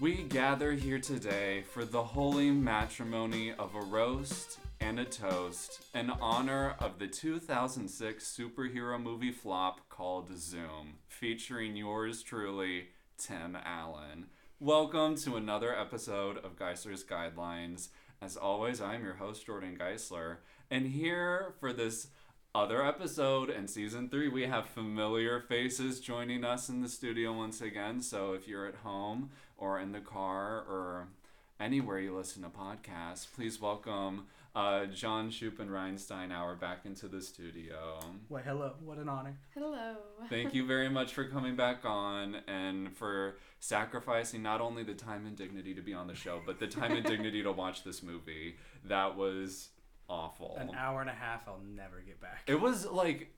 We gather here today for the holy matrimony of a roast and a toast in honor of the 2006 superhero movie flop called Zoom, featuring yours truly, Tim Allen. Welcome to another episode of Geisler's Guidelines. As always, I'm your host, Jordan Geisler, and here for this other episode and season three, we have familiar faces joining us in the studio once again. So if you're at home or in the car or anywhere you listen to podcasts, please welcome uh, John Shoup and Ryan Steinauer back into the studio. Well, hello. What an honor. Hello. Thank you very much for coming back on and for sacrificing not only the time and dignity to be on the show, but the time and dignity to watch this movie. That was awful. An hour and a half, I'll never get back. It was like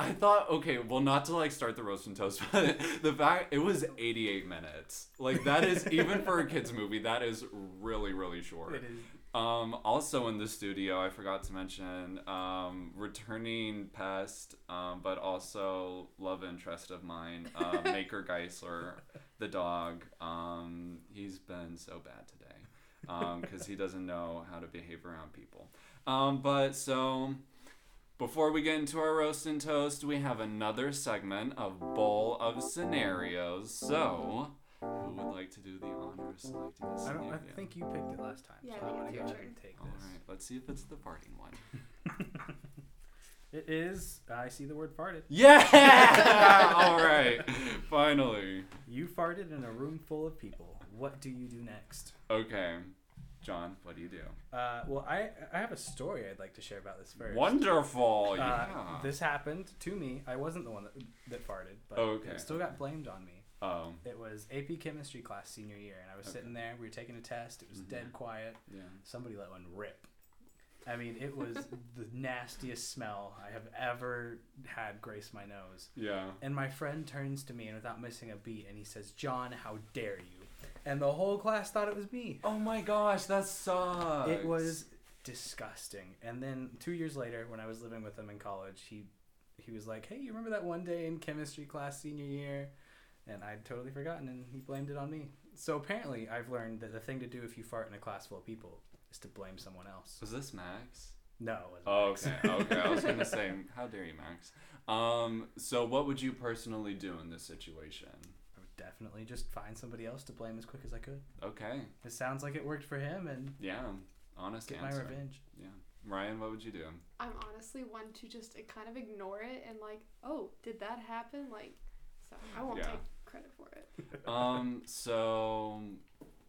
I thought, okay, well, not to like start the roast and toast, but the fact it was 88 minutes. Like that is even for a kids movie, that is really really short. It is. Um, also in the studio, I forgot to mention um, returning pest, um, but also love interest of mine, uh, Maker Geisler, the dog. Um, he's been so bad today because he doesn't know how to behave around people. Um, but so before we get into our roast and toast, we have another segment of Bowl of Scenarios. So, who would like to do the honor of selecting a I scenario? don't. I think you picked it last time. Yeah, so I I'm think gonna go it's your ahead turn. and take All this. right, let's see if it's the farting one. It is. I see the word farted. Yeah! All right, finally. You farted in a room full of people. What do you do next? Okay, John, what do you do? Uh, well, I I have a story I'd like to share about this first. Wonderful. Uh, Oh, yeah. This happened to me. I wasn't the one that, that farted, but Oh, Okay. it still got blamed on me. oh, It was AP chemistry class senior year, and I was Okay. sitting there. We were taking a test. It was Mhm. dead quiet. yeah. somebody let one rip. I mean, it was the nastiest smell I have ever had grace my nose. Yeah. And my friend turns to me and without missing a beat and he says, "John, how dare you?" And the whole class thought it was me. Oh my gosh, that sucks. It was disgusting. And then 2 years later when I was living with him in college, he he was like, "Hey, you remember that one day in chemistry class senior year?" And I'd totally forgotten and he blamed it on me. So apparently, I've learned that the thing to do if you fart in a class full of people is to blame someone else. Was this Max? No. it wasn't Oh, Max. okay. Okay. I was gonna say, how dare you, Max? Um. So, what would you personally do in this situation? I would definitely just find somebody else to blame as quick as I could. Okay. It sounds like it worked for him and Yeah. Honest get answer. my revenge. Yeah. Ryan, what would you do? I'm honestly one to just uh, kind of ignore it and like, oh, did that happen? Like, so I won't Yeah. take credit for it. um so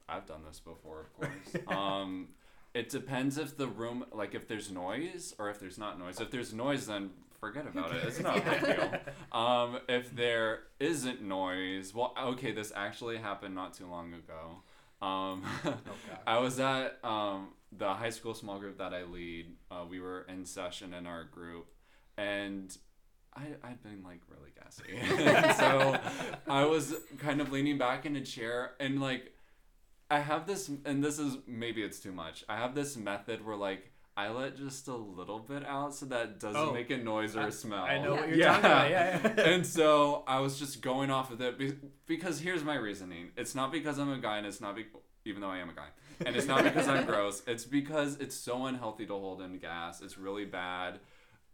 i've done this before of course um it depends if the room like if there's noise or if there's not noise if there's noise then forget about it it's not a big deal um if there isn't noise well okay this actually happened not too long ago um gosh. i was at um the high school small group that i lead uh, we were in session in our group and I, I'd been like really gassy. And so I was kind of leaning back in a chair and like I have this and this is maybe it's too much. I have this method where like I let just a little bit out so that it doesn't Oh, make a noise or I- a smell. I know what you're talking about. Yeah, yeah. and so I was just going off with it be- because here's my reasoning. It's not because I'm a guy and it's not be- even though I am a guy. And it's not because I'm gross. It's because it's so unhealthy to hold in gas. It's really bad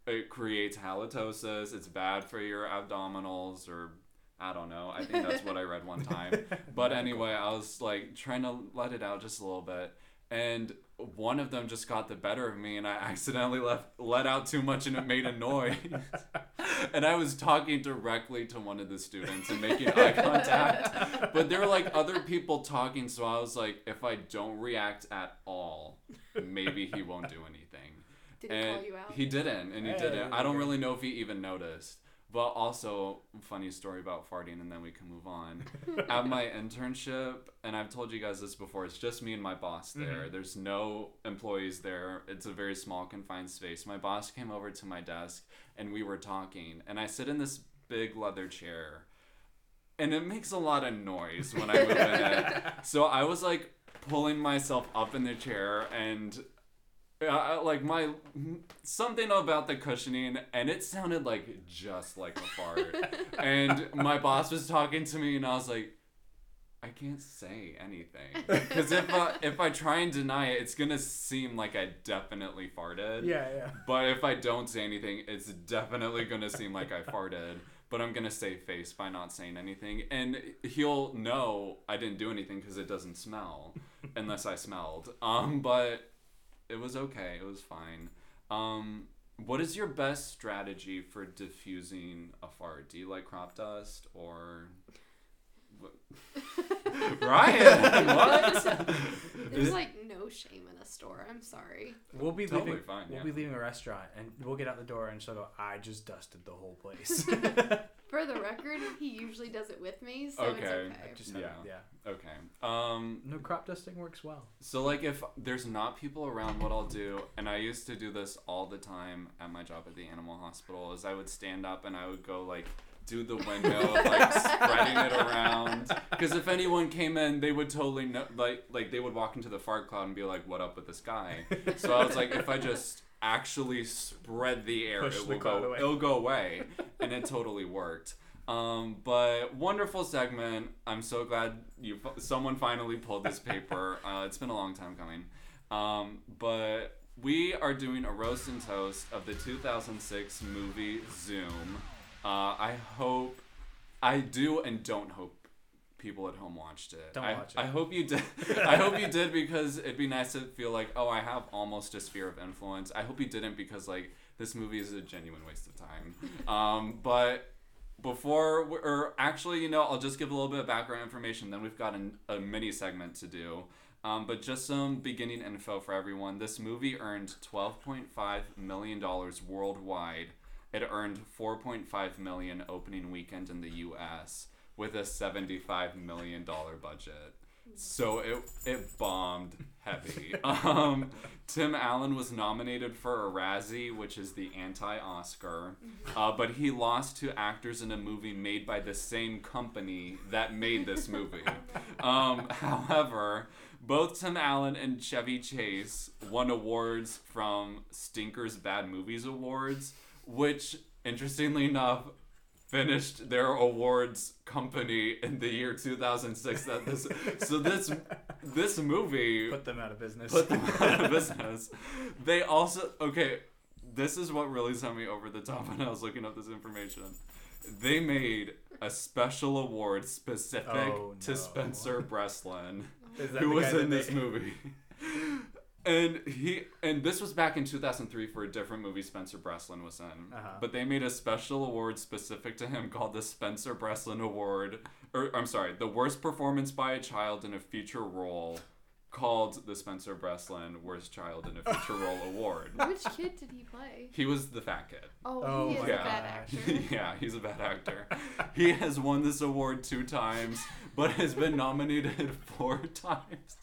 it creates halitosis. It's bad for your abdominals, or I don't know. I think that's what I read one time. But anyway, I was like trying to let it out just a little bit, and one of them just got the better of me, and I accidentally left let out too much, and it made a noise. and I was talking directly to one of the students and making eye contact, but there were like other people talking, so I was like, if I don't react at all, maybe he won't do anything. Did he And call you out? He didn't, and he Hey, didn't. I don't okay. really know if he even noticed. But also, funny story about farting, and then we can move on. At my internship, and I've told you guys this before, it's just me and my boss there. There's no employees there. It's a very small, confined space. My boss came over to my desk, and we were talking. And I sit in this big leather chair, and it makes a lot of noise when I move in it. So I was like pulling myself up in the chair and uh, I- like my something about the cushioning and it sounded like just like a fart. and my boss was talking to me and I was like I can't say anything because if I, if I try and deny it, it's gonna seem like I definitely farted. Yeah, yeah. But if I don't say anything, it's definitely gonna seem like I farted. But I'm gonna save face by not saying anything, and he'll know I didn't do anything because it doesn't smell, unless I smelled. Um, but it was okay. It was fine. Um, what is your best strategy for diffusing a fart? Do you like crop dust or? Ryan, what? There's like no shame in a store. I'm sorry. We'll be Totally leaving. fine, we'll yeah. be leaving a restaurant, and we'll get out the door, and she'll go. I just dusted the whole place. For the record, he usually does it with me, so it's Okay. okay. I just haven't- Yeah. yeah. okay. Um, No crop dusting works well. So like if there's not people around what I'll do and I used to do this all the time at my job at the animal hospital is I would stand up and I would go like do the window like spreading it around because if anyone came in they would totally know like like they would walk into the fart cloud and be like what up with this guy so I was like if I just actually spread the air Push it the will cloud go away. it'll go away and it totally worked um, but wonderful segment. I'm so glad you someone finally pulled this paper. Uh, it's been a long time coming. Um, but we are doing a roast and toast of the 2006 movie Zoom. Uh, I hope I do and don't hope people at home watched it. Don't I, watch it. I hope you did. I hope you did because it'd be nice to feel like, oh, I have almost a sphere of influence. I hope you didn't because like this movie is a genuine waste of time. Um, but before, we- or actually, you know, I'll just give a little bit of background information. Then we've got an, a mini segment to do. Um, but just some beginning info for everyone. This movie earned $12.5 million worldwide. It earned 4.5 million opening weekend in the U.S. with a 75 million dollar budget. So it it bombed heavy. Um, Tim Allen was nominated for a Razzie, which is the anti-Oscar, uh, but he lost to actors in a movie made by the same company that made this movie. Um, however, both Tim Allen and Chevy Chase won awards from Stinker's Bad Movies Awards, which, interestingly enough, finished their awards company in the year 2006 that this so this this movie Put them out of business. put them out of business. They also okay. This is what really sent me over the top when I was looking up this information. They made a special award specific Oh, to no. Spencer Breslin, Is that the guy who was that in they- this movie. And he and this was back in 2003 for a different movie Spencer Breslin was in. Uh-huh. But they made a special award specific to him called the Spencer Breslin Award or I'm sorry, the worst performance by a child in a feature role called the Spencer Breslin Worst Child in a Feature Role Award. Which kid did he play? He was the fat kid. Oh, Oh he is my a bad gosh. actor. yeah, he's a bad actor. He has won this award two times, but has been nominated four times. I-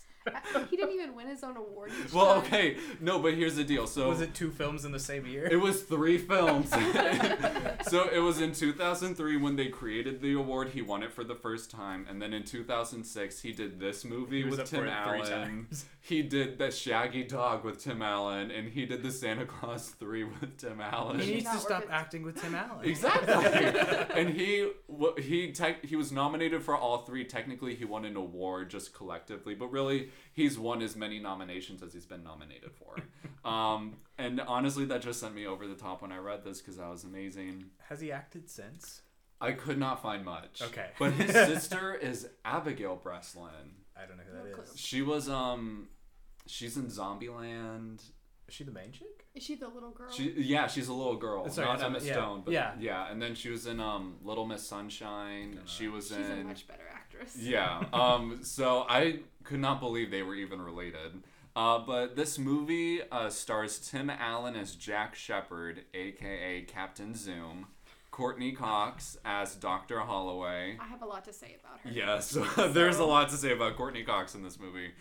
Uh, he didn't even win his own award. each Well, time. okay, no, but here's the deal. So Was it two films in the same year? It was three films. so it was in 2003 when they created the award. He won it for the first time, and then in 2006 he did this movie He was with up for Tim it three Allen. times. He did the Shaggy Dog with Tim Allen, and he did the Santa Claus Three with Tim Allen. he He needs not to work stop at- acting with Tim Allen. Exactly. and he wa- he tech he was nominated for all three. Technically, he won an award just collectively, but really he's won as many nominations as he's been nominated for. um, and honestly, that just sent me over the top when I read this because that was amazing. Has he acted since? I could not find much. Okay. But his sister is Abigail Breslin. I don't know No who that clue. is. She was um, she's in Zombieland. Is she the main chick? Is she the little girl? She yeah, she's a little girl, Sorry, not it's- Emma yeah, Stone, but yeah, yeah. and then she was in um Little Miss Sunshine. She was She's a in much better actress. yeah. Um, so I could not believe they were even related. Uh, but this movie uh, stars Tim Allen as Jack Shepard, aka Captain Zoom, Courtney Cox as Dr. Holloway. I have a lot to say about her. Yes, there's a lot to say about Courtney Cox in this movie.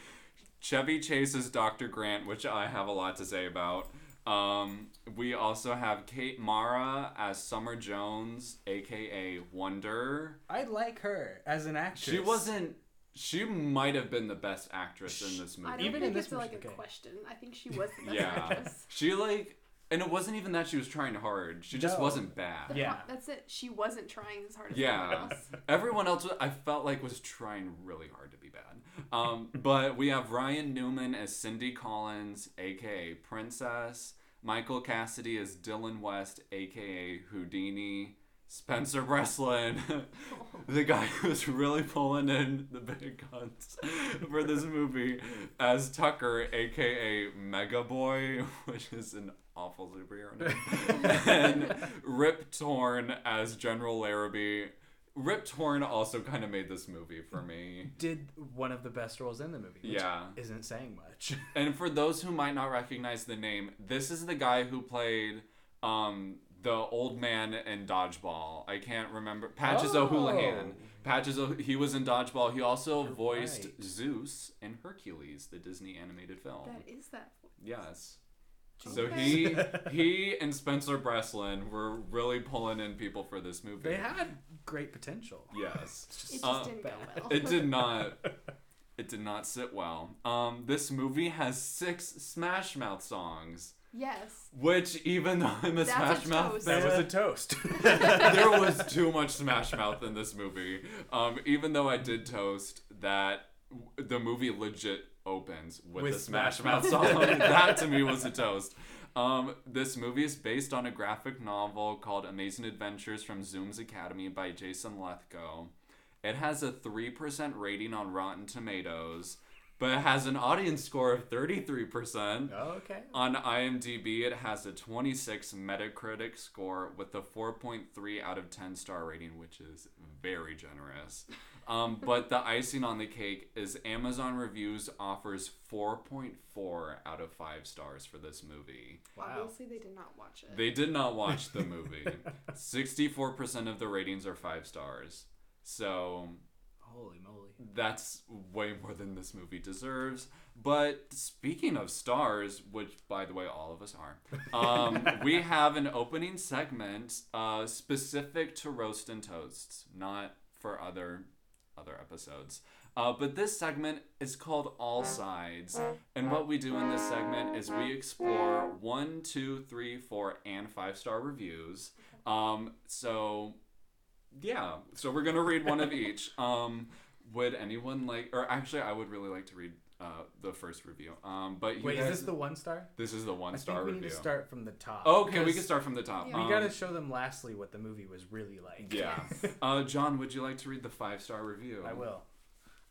Chevy Chase's Dr. Grant, which I have a lot to say about. Um, we also have Kate Mara as Summer Jones, aka Wonder. I like her as an actress. She wasn't. She might have been the best actress in this I movie. don't Even in think this it's like movie- a okay. question. I think she was the best yeah, actress. she like And it wasn't even that she was trying hard. She just No. wasn't bad. The Yeah. pro- that's it. She wasn't trying as hard as Yeah. everyone else. Everyone else, I felt like, was trying really hard to be bad. Um, but we have Ryan Newman as Cindy Collins, aka Princess. Michael Cassidy as Dylan West, aka Houdini. Spencer Breslin, the guy who's really pulling in the big guns for this movie, as Tucker, aka Mega Boy, which is an awful superhero name, and Rip Torn as General Larrabee. Rip Torn also kind of made this movie for me. Did one of the best roles in the movie. Which Yeah. Isn't saying much. And for those who might not recognize the name, this is the guy who played um, the old man in Dodgeball. I can't remember. Patches Oh. O'Houlihan. Patches, O- he was in Dodgeball. He also You're voiced right. Zeus in Hercules, the Disney animated film. That is that. voice. yes. So Okay. he uh, he and Spencer Breslin were really pulling in people for this movie. They had great potential. Yes. It's It just just Uh, didn't go well. It did not. It did not sit well. Um, this movie has six Smash Mouth songs. yes. Which, even though I'm a That's a Smash Mouth toast. fan, that was a toast. there was too much Smash Mouth in this movie. Um, even though I did toast that w- the movie legit opens with, With the Smash, Smash Mouth Mouth. song, that to me was a toast. Um, this movie is based on a graphic novel called Amazing Adventures from Zoom's Academy by Jason Lethko. It has a 3% rating on Rotten Tomatoes, but it has an audience score of 33%. okay. On IMDb, it has a 26 Metacritic score with a 4.3 out of 10 star rating, which is very generous. Um, but the icing on the cake is Amazon Reviews offers 4.4 out of 5 stars for this movie. Wow. Obviously, they did not watch it. They did not watch the movie. 64% of the ratings are 5 stars. So Holy moly. that's way more than this movie deserves. But speaking of stars, which by the way, all of us are, um, we have an opening segment uh, specific to roast and toasts, not for other other episodes. Uh, but this segment is called All Sides, and what we do in this segment is we explore one, two, three, four, and five star reviews. Um, so yeah, so we're gonna read one of each. Um, would anyone like, or actually, I would really like to read uh, the first review. Um, but you Wait, guys, is this the one star? this is the one I star think we review. need to start from the top. okay, we because can start from the top. Yeah. We Um, gotta show them lastly what the movie was really like. yeah. Uh, John, would you like to read the five star review? I will.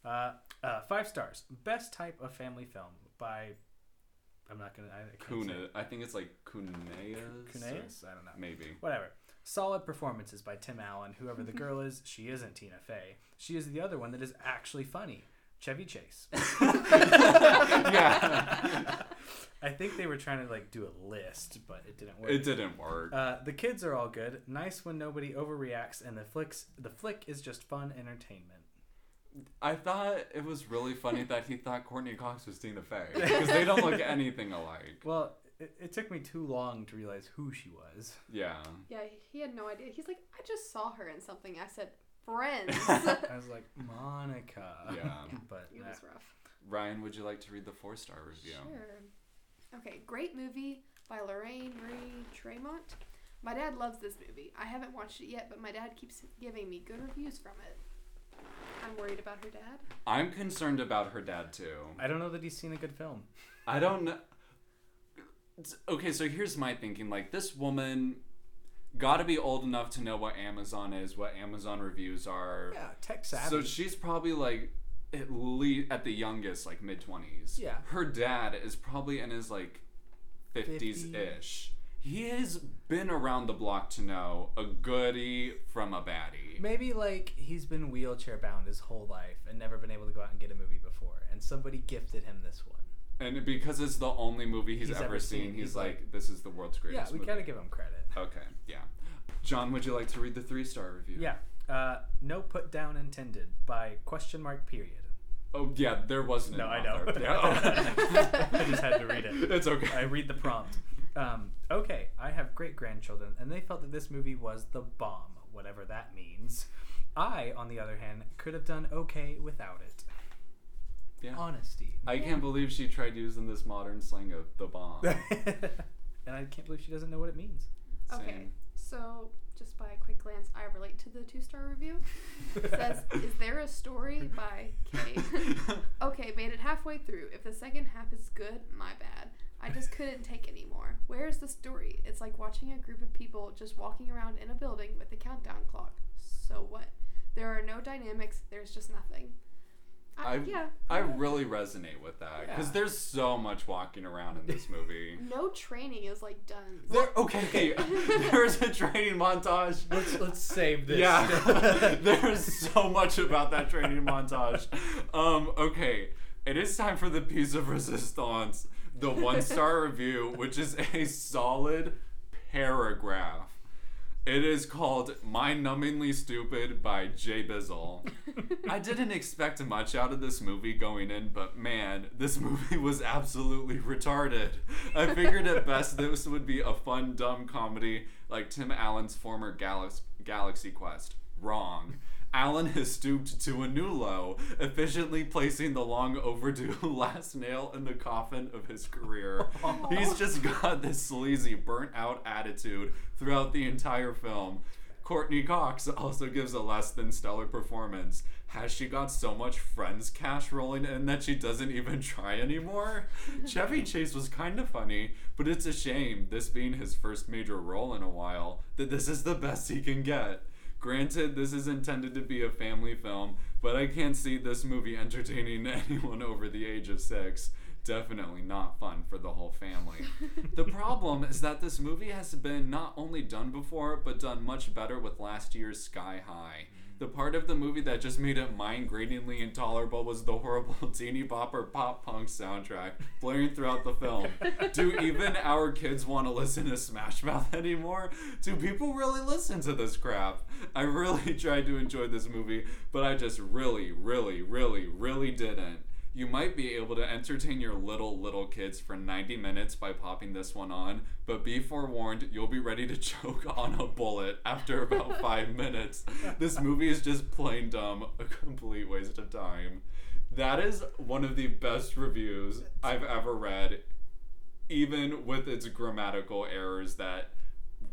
Uh, uh, five stars. Best type of family film by. I'm not gonna. I, I can't say Kuna, I think it's like Kuneas. it. Kuneas? I don't know. Maybe. Whatever. Solid performances by Tim Allen. Whoever the girl is, she isn't Tina Fey. She is the other one that is actually funny. Chevy Chase. yeah, I think they were trying to like do a list, but it didn't work. it didn't work. Uh, the kids are all good. Nice when nobody overreacts, and the flicks the flick is just fun entertainment. I thought it was really funny that he thought Courtney Cox was Tina Fey because they don't look anything alike. Well, it, it took me too long to realize who she was. Yeah. yeah, he had no idea. He's like, I just saw her in something. I said, Friends. I was like Monica. Yeah. but It nah. was rough. Ryan, would you like to read the four star review? Sure. Okay, great movie by Lorraine Marie Tremont. My dad loves this movie. I haven't watched it yet, but my dad keeps giving me good reviews from it. I'm worried about her dad. I'm concerned about her dad too. I don't know that he's seen a good film. I don't know. Okay, so here's my thinking. Like, this woman got to be old enough to know what Amazon is, what Amazon reviews are. Yeah, tech So savvy. she's probably like at least at the youngest, like mid twenties. Yeah. Her dad is probably in his like fifties ish. He has been around the block to know a goodie from a baddie. Maybe like he's been wheelchair bound his whole life and never been able to go out and get a movie before, and somebody gifted him this one. And because it's the only movie he's, ever, seen, he's, like, this is the world's Yeah, greatest we movie. gotta give him credit. Okay, yeah. John, would you like to read the three star review? Yeah. Uh, no put down intended by question mark period. Oh yeah, there wasn't. No, an I know. author. Yeah. I just had to read oh. it. it's I okay. read the prompt. Um, okay, I have great grandchildren, and they felt that this movie was the bomb, whatever that means. I, on the other hand, could have done okay without it. Yeah. Honesty. I can't believe she tried using this modern slang of the bomb. and I can't believe she doesn't know what it means. Okay, Same. so just by a quick glance, I relate to the two star review. It says, Is there a story by K? okay, made it halfway through. If the second half is good, my bad. I just couldn't take anymore. Where is the story? It's like watching a group of people just walking around in a building with a countdown clock. So what? There are no dynamics, there's just nothing. I, I- yeah. I really resonate with that because Yeah. there's so much walking around in this movie. no training is like done. There, okay, there's a training montage. Let's let's save this. Yeah, there's so much about that training montage. Um, okay, it is time for the piece of resistance, the one star review, which is a solid paragraph. It is called Mind Numbingly Stupid by Jay Bizzle. I didn't expect much out of this movie going in, but man, this movie was absolutely retarded. I figured at best this would be a fun, dumb comedy like Tim Allen's former Galax- Galaxy Quest. Wrong. Allen has stooped to a new low, efficiently placing the long overdue last nail in the coffin of his career. He's just got this sleazy, burnt out attitude throughout the entire film. Courtney Cox also gives a less than stellar performance. Has she got so much friends cash rolling in that she doesn't even try anymore? Chevy Chase was kind of funny, but it's a shame, this being his first major role in a while, that this is the best he can get. Granted, this is intended to be a family film, but I can't see this movie entertaining anyone over the age of six. Definitely not fun for the whole family. the problem is that this movie has been not only done before, but done much better with last year's Sky High. The part of the movie that just made it mind gratingly intolerable was the horrible teeny bopper pop punk soundtrack blaring throughout the film. Do even our kids want to listen to Smash Mouth anymore? Do people really listen to this crap? I really tried to enjoy this movie, but I just really, really, really, really didn't. You might be able to entertain your little, little kids for 90 minutes by popping this one on, but be forewarned, you'll be ready to choke on a bullet after about five minutes. This movie is just plain dumb, a complete waste of time. That is one of the best reviews I've ever read, even with its grammatical errors that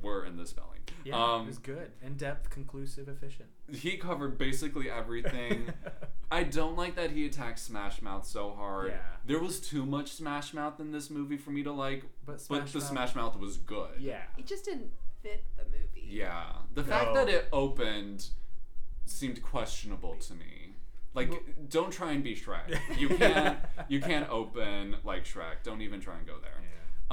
were in the spelling. Yeah, Um, it was good, in depth, conclusive, efficient. he covered basically everything. I don't like that he attacks Smash Mouth so hard. Yeah. There was too much Smash Mouth in this movie for me to like, But but Smash the Mouth- Smash Mouth was good. Yeah. It just didn't fit the movie. Yeah. The No. fact that it opened seemed questionable to me. Like, Well- don't try and be Shrek. You can't. you can't open like Shrek. Don't even try and go there.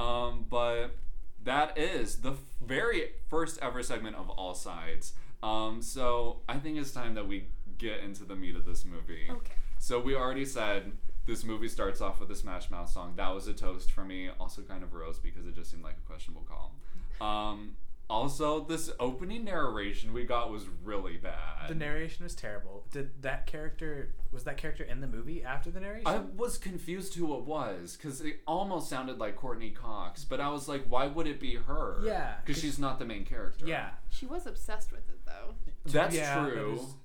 Um, but that is the f- very first ever segment of All Sides. Um, so I think it's time that we get into the meat of this movie. Okay. So we already said this movie starts off with a Smash Mouth song. That was a toast for me. Also, kind of rose because it just seemed like a questionable call. Um, also, this opening narration we got was really bad. The narration was terrible. Did that character was that character in the movie after the narration? I was confused who it was because it almost sounded like Courtney Cox, but I was like, why would it be her? Yeah, because 'cause- she's not the main character. yeah. She was obsessed with it though. that's Yeah, that true. is-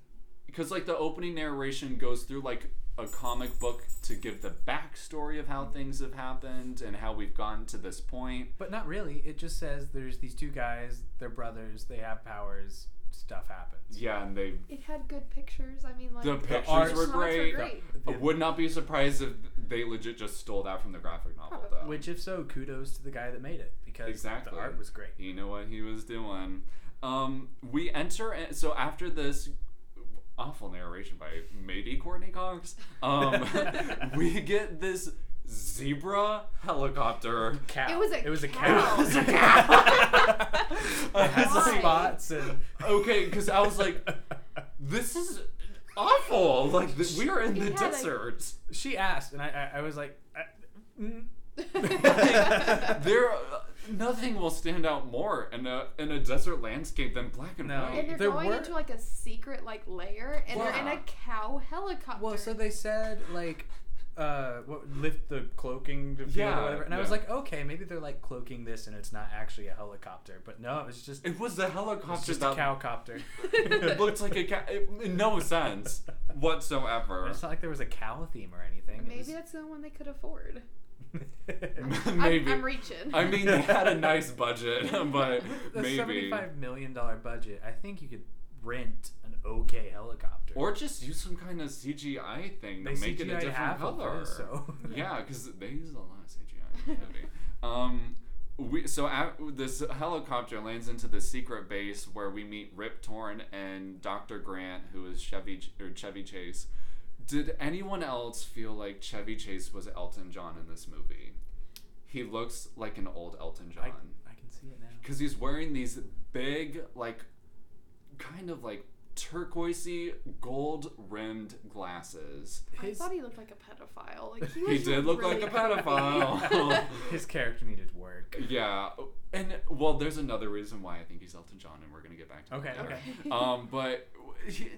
Because like the opening narration goes through like a comic book to give the backstory of Mm. how things have happened and how we've gotten to this point. But not really. It just says there's these two guys, they're brothers, they have powers, stuff happens. Yeah, and they It had good pictures. I mean, like the pictures art- were shots great. great. I would not be surprised if they legit just stole that from the graphic novel though. Which if so, kudos to the guy that made it because Exactly. the art was great. He knew what he was doing. Um, we enter in- so after this awful narration by maybe Courtney Cox, um, we get this zebra helicopter. Cow. It was a it was a cow. cow. It was a it had Why? spots and Okay, because I was like, this is awful. Like th- we are in the It had a- desert. she asked, and I, I, I was like, I, mm, there, uh, nothing will stand out more in a in a desert landscape than black and No. and white. they're There going were- into like a secret like lair, and they're in Yeah. a cow helicopter. Well, so they said like, uh, what lift the cloaking to yeah, or Yeah, whatever, and I was yeah. like, okay, maybe they're like cloaking this, and it's not actually a helicopter, but no, it was just It was the it's helicopter just a that cow copter. It looked like a cow. It, it- no sense whatsoever. It's not like there was a cow theme or anything. it maybe was- that's the one they could afford. maybe. I'm, I'm reaching. I mean, they had a nice budget, but a maybe. seventy-five million dollar budget. I think you could rent an okay helicopter. Or just use some kind of CGI thing to they make it a CGI'd different half of color. hers, so yeah, because they use a lot of CGI in the movie. um, we so a this helicopter lands into the secret base where we meet Rip Torn and Doctor Grant, who is Chevy Ch- or Chevy Chase. Did anyone else feel like Chevy Chase was Elton John in this movie? He looks like an old Elton I, John I can see it now. because he's wearing these big, like, kind of like turquoisey gold rimmed glasses. I His thought he looked like a pedophile. Like he, He was did look really like a ugly. pedophile. his character needed work. yeah, uh, and well, there's another reason why I think he's Elton John, and we're gonna get back to Okay, that. later. okay. Um, but he,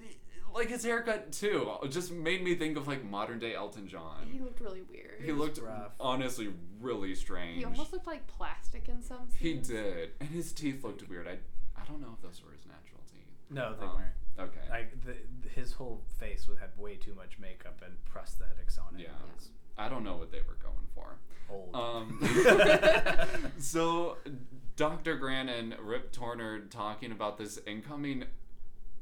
like his haircut too, uh, just made me think of like modern day Elton he John. looked really weird. He looked rough. honestly really strange. He almost looked like plastic in some He scenes. did, and his teeth looked weird. I I don't know if those were his natural teeth. No, they Um, weren't. Okay. Like the, the- his whole face would have way too much makeup and prosthetics on it. Yeah. It was I don't know what they were going for. old. Um, so, Dr. Grant and Rip Torn are talking about this incoming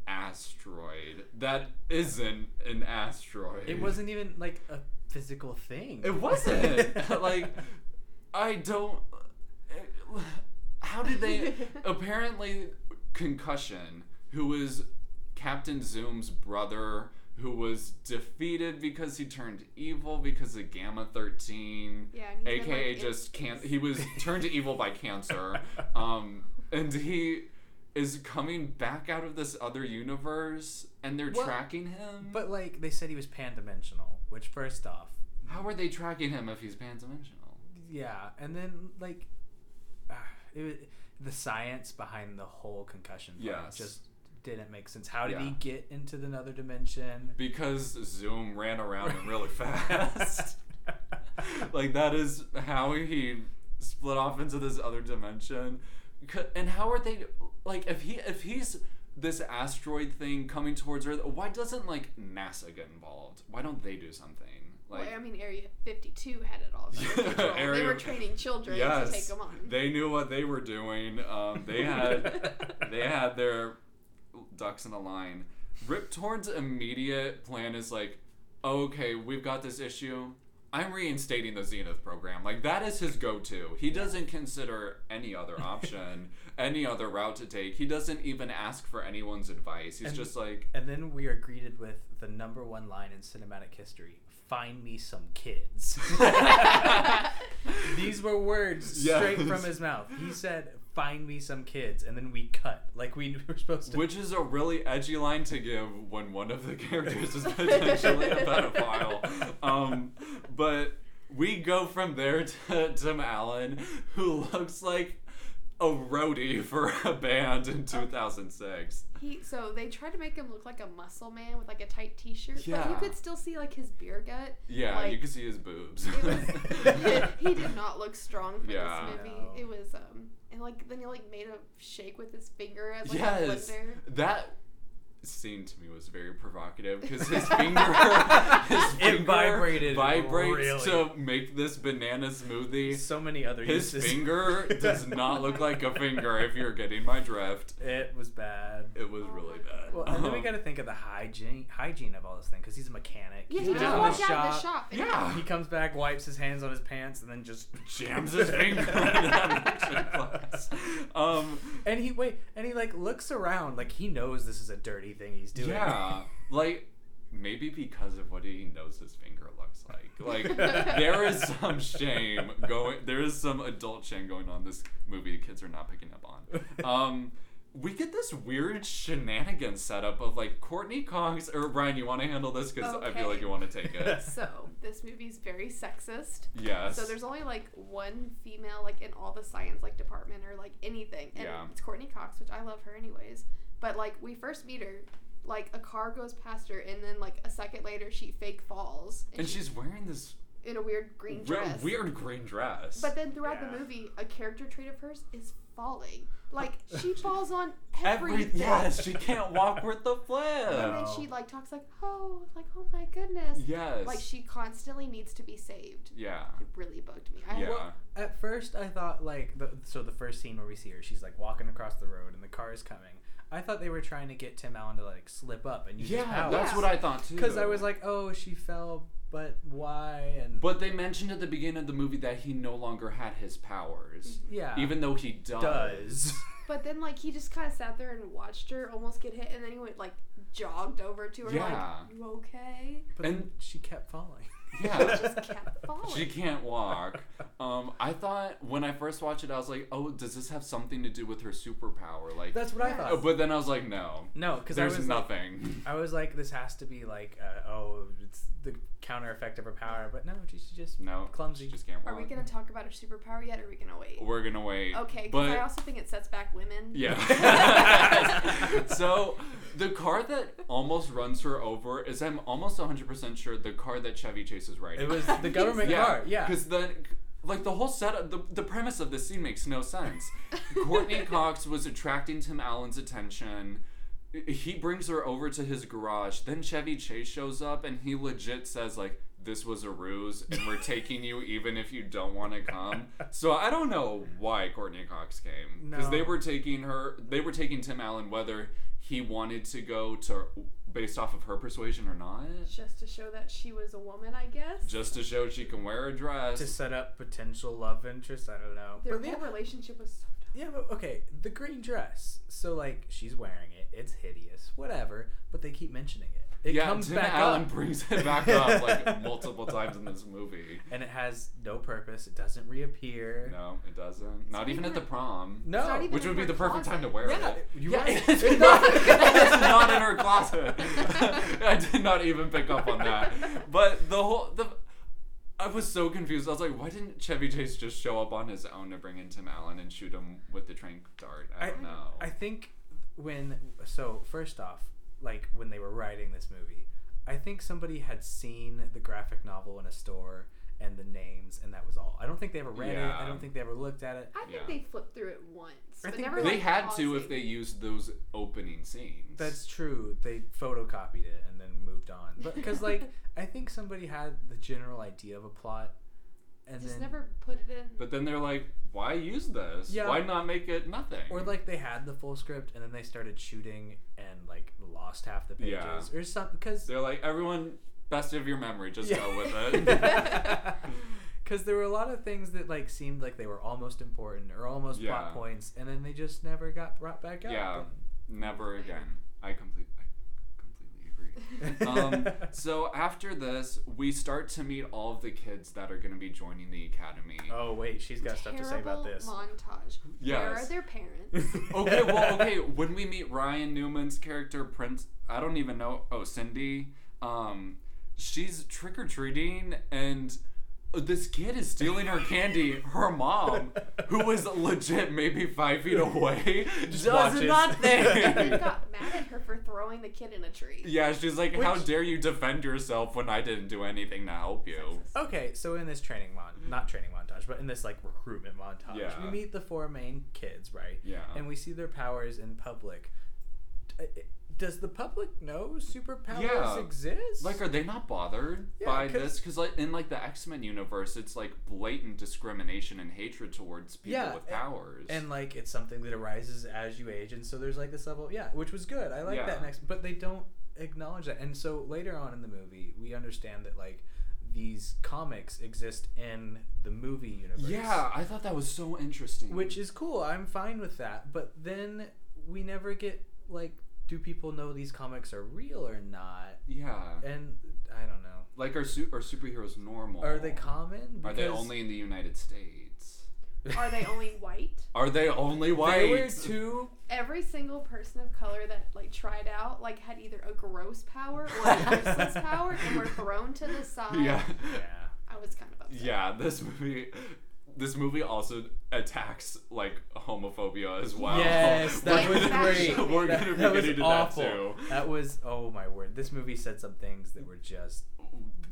asteroid that isn't an asteroid. it wasn't even like a physical thing. It wasn't. like, I don't. eh, How did they. apparently, Concussion, who was Captain Zoom's brother, who was defeated because he turned evil because of Gamma 13 Yeah, and he's been, aka like, in just can space. he was turned evil by cancer um and he is coming back out of this other universe and they're Well, tracking him But like they said, he was pan-dimensional. Which, first off, how are they tracking him if he's pan-dimensional yeah, and then like uh, it, wa- the science behind the whole concussion part Yes. just didn't make sense. How did he Yeah. get into the another dimension? because zoom ran around him really fast like that is how he split off into this other dimension C- and how are they like if he if he's this asteroid thing coming towards earth why doesn't like nasa get involved why don't they do something like well, I mean, Area 52 had it all. under control. Area- they were training children to take them on. They knew what they were doing. Um, they had they had their ducks in a line. Rip Torn's immediate plan is like, okay, we've got this issue. I'm reinstating the Zenith program. Like that is his go-to. He doesn't consider any other option, any other route to take. He doesn't even ask for anyone's advice. He's And- just like, And then we are greeted with the number one line in cinematic history Find me some kids. These were words straight Yes. from his mouth. He said, Find me some kids. And then we cut like we were supposed to. Which is a really edgy line to give when one of the characters is potentially a pedophile. Um, but we go from there to Tim Allen, who looks like a roadie for a band in 2006. He so they tried to make him look like a muscle man with like a tight T-shirt, but you Yeah. could still see like his beer gut. Yeah, you Like, can see his boobs. It was, he did not look strong for Yeah. this movie. No. It was um and like then he like made a shake with his finger as like a yes, blender. that scene to me was very provocative because his finger, his It finger vibrated vibrates really. to make this banana smoothie. so many other His uses. finger does not look like a finger if you're getting my drift. It was bad. It was really bad. Well, and then we Um, got to think of the hygiene hygiene of all this thing because he's a mechanic. Yeah, He he was just in the walked out of the shop. and- Yeah. He comes back, wipes his hands on his pants, and then just jams his finger in that class. Um, And he wait, and he like looks around like he knows this is a dirty thing he's doing. yeah, like maybe because of what he knows his finger looks like. Like there is some shame going. There is some adult shame going on in this movie. Kids are not picking up on. Um. We get this weird shenanigans setup of like Courtney Cox or Brian. You want to handle this because I feel Okay. like you want to take it. So this movie's very sexist. Yes. So there's only like one female like in all the science like department or like anything. And Yeah. it's Courtney Cox, which I love her anyways. But like we first meet her, like a car goes past her and then like a second later she fake falls and she's wearing this in a weird green re- dress. weird green dress. But then throughout Yeah. the movie, a character trait of hers is falling. Like she falls on Every everything. yes, she can't walk worth the And flip. then No. she like talks like, oh, like oh my goodness. Yes. Like she constantly needs to be saved. yeah. It really bugged me. I Yeah. At first, I thought like the, so the first scene where we see her, she's like walking across the road and the car is coming. I thought they were trying to get Tim Allen to like slip up and use his Yeah, power. that's Yeah. what I thought too. Because I was like, oh, she fell, but why? And But they mentioned at the beginning of the movie that he no longer had his powers. Mm-hmm. yeah, Even though he does. does. But then like he just kind of sat there and watched her almost get hit, and then he went like jogged over to her Yeah. like, "You okay?" but And- then she kept falling. Yeah. Just kept falling. She can't walk. Um, I thought when I first watched it, I was like, "Oh, does this have something to do with her superpower?" Like, That's what I Yeah. Oh, thought. but then I was like, "No, no, because I there's was like, nothing." I was like, this has to be like, uh, oh, it's the counter effect of her power. But no, she's just no, clumsy. She just can't walk. Are we gonna talk about her superpower yet? Or are we gonna wait? We're gonna wait. Okay, because but I also think it sets back women. yeah. so the car that almost runs her over is I'm almost 100% sure the car that Chevy Chase is riding. It was the government car. Yeah. Because the like the whole setup, the, the premise of this scene makes no sense. Courtney Cox was attracting Tim Allen's attention. He brings her over to his garage. Then Chevy Chase shows up and he legit says like this was a ruse and we're taking you even if you don't want to come. So I don't know why Courtney Cox came because they No. were taking her they were taking Tim Allen whether he wanted to go to based off of her persuasion or not. Just to show that she was a woman, I guess. Just to show she can wear a dress. to set up potential love interest. I don't know. Their But whole yeah, relationship was so yeah, but okay, the green dress. So like, she's wearing it. It's hideous. Whatever. But they keep mentioning it. It yeah, comes Tim back Allen up. brings it back up like multiple times in this movie. and it has no purpose. It doesn't reappear. No, it doesn't. Not not even at even the a- prom. No. It's not even Which in would be her the perfect closet. time to wear Yeah, it. you're Yeah, right. It's not, it's not in her closet. I did not even pick up on that. But the whole the I was so confused. I was like, why didn't Chevy Chase just show up on his own to bring in Tim Allen and shoot him with the trank dart? I I- don't know. I think when so first off, like when they were writing this movie, I think somebody had seen the graphic novel in a store and the names, and that was all. I don't think they ever read it. Yeah. I don't think they ever looked at it. I think Yeah. they flipped through it once, I but think never. they like, had to pausing. if they used those opening scenes. That's true. They photocopied it and then moved on. But because like I think somebody had the general idea of a plot, and just then never put it in. But then they're like, why use this? Yeah. Why not make it nothing? or like they had the full script and then they started shooting and like lost half the pages Yeah. or something. Because they're like, everyone, best of your memory, just go with it. it. Because there were a lot of things that like seemed like they were almost important or almost Yeah. plot points, and then they just never got brought back up. Yeah. Never Later. again. I completely, I completely agree. um, so after this, we start to meet all of the kids that are going to be joining the academy. oh wait, she's got stuff to say about Terrible this. montage. Where are Yes. their parents? okay, well, okay. When we meet Ryan Newman's character, Prince, I don't even know. Oh, Cindy. Um, she's trick or treating, and this kid is stealing her candy. Her mom, who is legit maybe five feet away, does watches. they nothing. got mad at her for throwing the kid in a tree. yeah, she's like, "How Which- dare you defend yourself when I didn't do anything to help you?" Okay, so in this training mon, not training montage, but in this like recruitment montage, Mm-hmm. Yeah. we meet the four main kids, right? Yeah. And we see their powers in public. D- uh, Does the public know superpowers Yeah. exist? Like, are they not bothered Yeah, by 'cause- this? Because, like, in like the X Men universe, it's like blatant discrimination and hatred towards people Yeah, with a- powers. and like it's something that arises as you age and so there's like this level yeah which was good i like Yeah. that next but they don't acknowledge that and so later on in the movie we understand that like these comics exist in the movie universe Yeah, I thought that was so interesting. which is cool i'm fine with that but then we never get like do people know these comics are real or not yeah, and i don't know like are su- are superheroes normal? are they common Are they Because only in the United States? Are they only white? Are they only white? they were two Every single person of color that like tried out like had either a gross power or a useless power and were thrown to the side. yeah, yeah I was kind of upset. yeah. This movie. This movie also attacks like homophobia as well. Yes, that We're- was great. We're that, gonna be that was getting to awful. that too. That was oh my word. This movie said some things that were just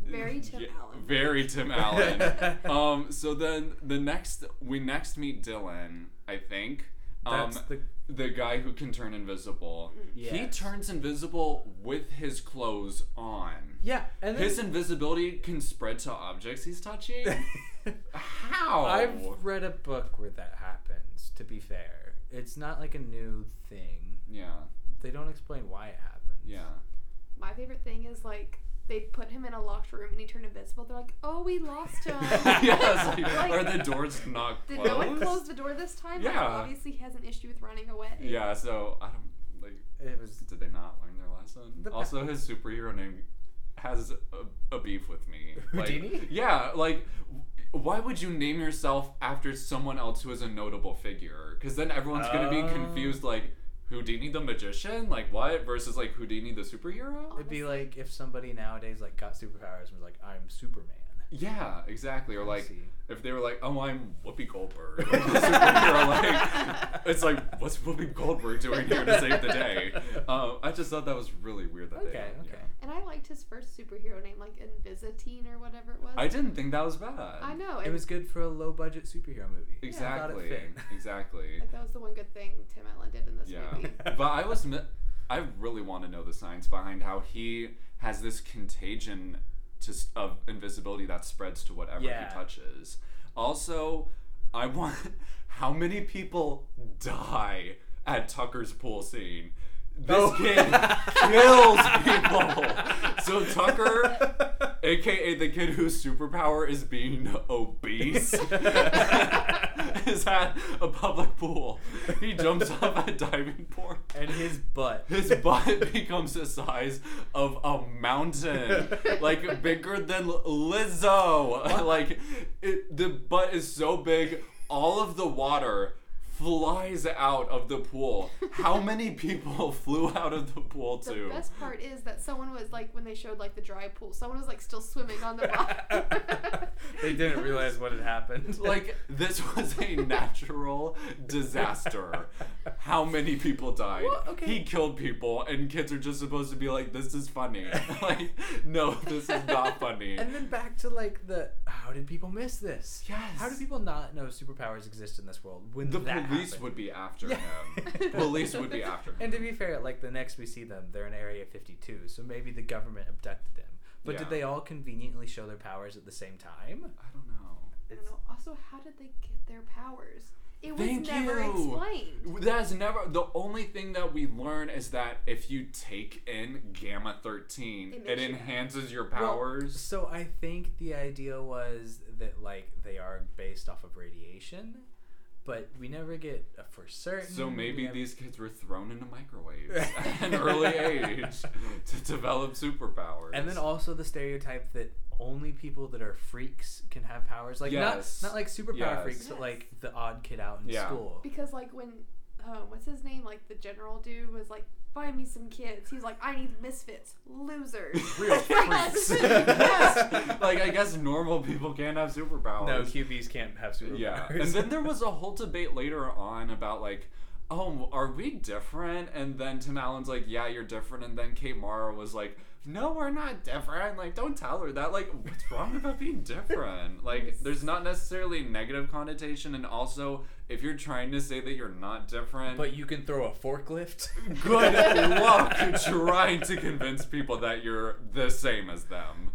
Very Tim Allen. Very Tim Um, Allen. um, so then the next we next meet Dylan, I think, Um, That's the the guy who can turn invisible. Mm. He Yes. turns invisible with his clothes on. yeah, and then His invisibility can spread to objects he's touching. How? I've read a book where that happens. To be fair, it's not like a new thing. Yeah, They don't explain why it happens. yeah. My favorite thing is like they put him in a locked room and he turned invisible. They're like, oh, we lost him. yeah it's like, Like, are the doors not Did closed? no one close the door this time? Like, Yeah. obviously, he has an issue with running away. Yeah, so I don't like. It was Did they not learn their lesson? The- also, his superhero name has a, a beef with me. Like, Houdini? yeah, like. Why would you name yourself after someone else who is a notable figure? Because then everyone's gonna be Oh. confused, like Houdini the magician, like what, versus like Houdini the superhero. It'd be like if somebody nowadays like got superpowers and was like, "I'm Superman." Yeah, exactly. Or I like see. if they were like, "Oh, I'm Whoopi Goldberg," like, the superhero, like, it's like, what's Whoopi Goldberg doing here to save the day? Uh, I just thought that was really weird. That they Okay, had, okay. yeah. And I liked his first superhero name, like Invisitine or whatever it was. I didn't think that was bad. I know. It was good for a low budget superhero movie. I thought exactly, it fit. exactly. Like, that was the one good thing Tim Allen did in this Yeah, movie. but I was, mi- I really want to know the science behind how he has this contagion to s- of invisibility that spreads to whatever Yeah. he touches. Also, I want how many people die at Tucker's pool scene. This Oh. kid kills people. So Tucker, aka the kid whose superpower is being obese, is at a public pool. He jumps off a diving board. and his butt. His butt becomes the size of a mountain, like bigger than L- Lizzo. Like it, the butt is so big, all of the water flies out of the pool. How many people flew out of the pool The too? best part is that someone was like, when they showed like the dry pool, someone was like still swimming on the bottom. they didn't realize what had happened. Like this was a natural disaster. How many people died? What? Okay. He killed people, and kids are just supposed to be like, "This is funny." like, no, this is not funny. and then back to like the how did people miss this? Yes. How do people not know superpowers exist in this world when The that police happened? would be after Yeah. him. police would be after him. And to be fair, like the next we see them, they're in Area 52, so maybe the government abducted them. But Yeah. did they all conveniently show their powers at the same time? I don't know. I don't know. Also, how did they get their powers? It was Thank never you. explained. That is never the only thing that we learn is that if you take in gamma It thirteen, it, makes you- enhances your Well, powers. so I think the idea was that like they are based off of radiation, but we never get a for certain. so we maybe never- these kids were thrown into microwaves at an early age to develop superpowers. And then also the stereotype that only people that are freaks can have powers. Like Yes. not not like superpower Yes. freaks, but Yes. like the odd kid out in Yeah. school. Because like when, uh, what's his name? Like the general dude was like, find me some kids. He's like, I need misfits, losers, Real freaks. Yes. like I guess normal people can't have superpowers. No, QBs can't have superpowers. Yeah. And then there was a whole debate later on about like, oh, are we different? And then Tim Allen's like, yeah, you're different. And then Kate Mara was like, no, we're not different. Like, don't tell her that. Like, what's wrong about being different? Like, there's not necessarily negative connotation. And also, if you're trying to say that you're not different, But you can throw a forklift. good luck trying to convince people that you're the same as them.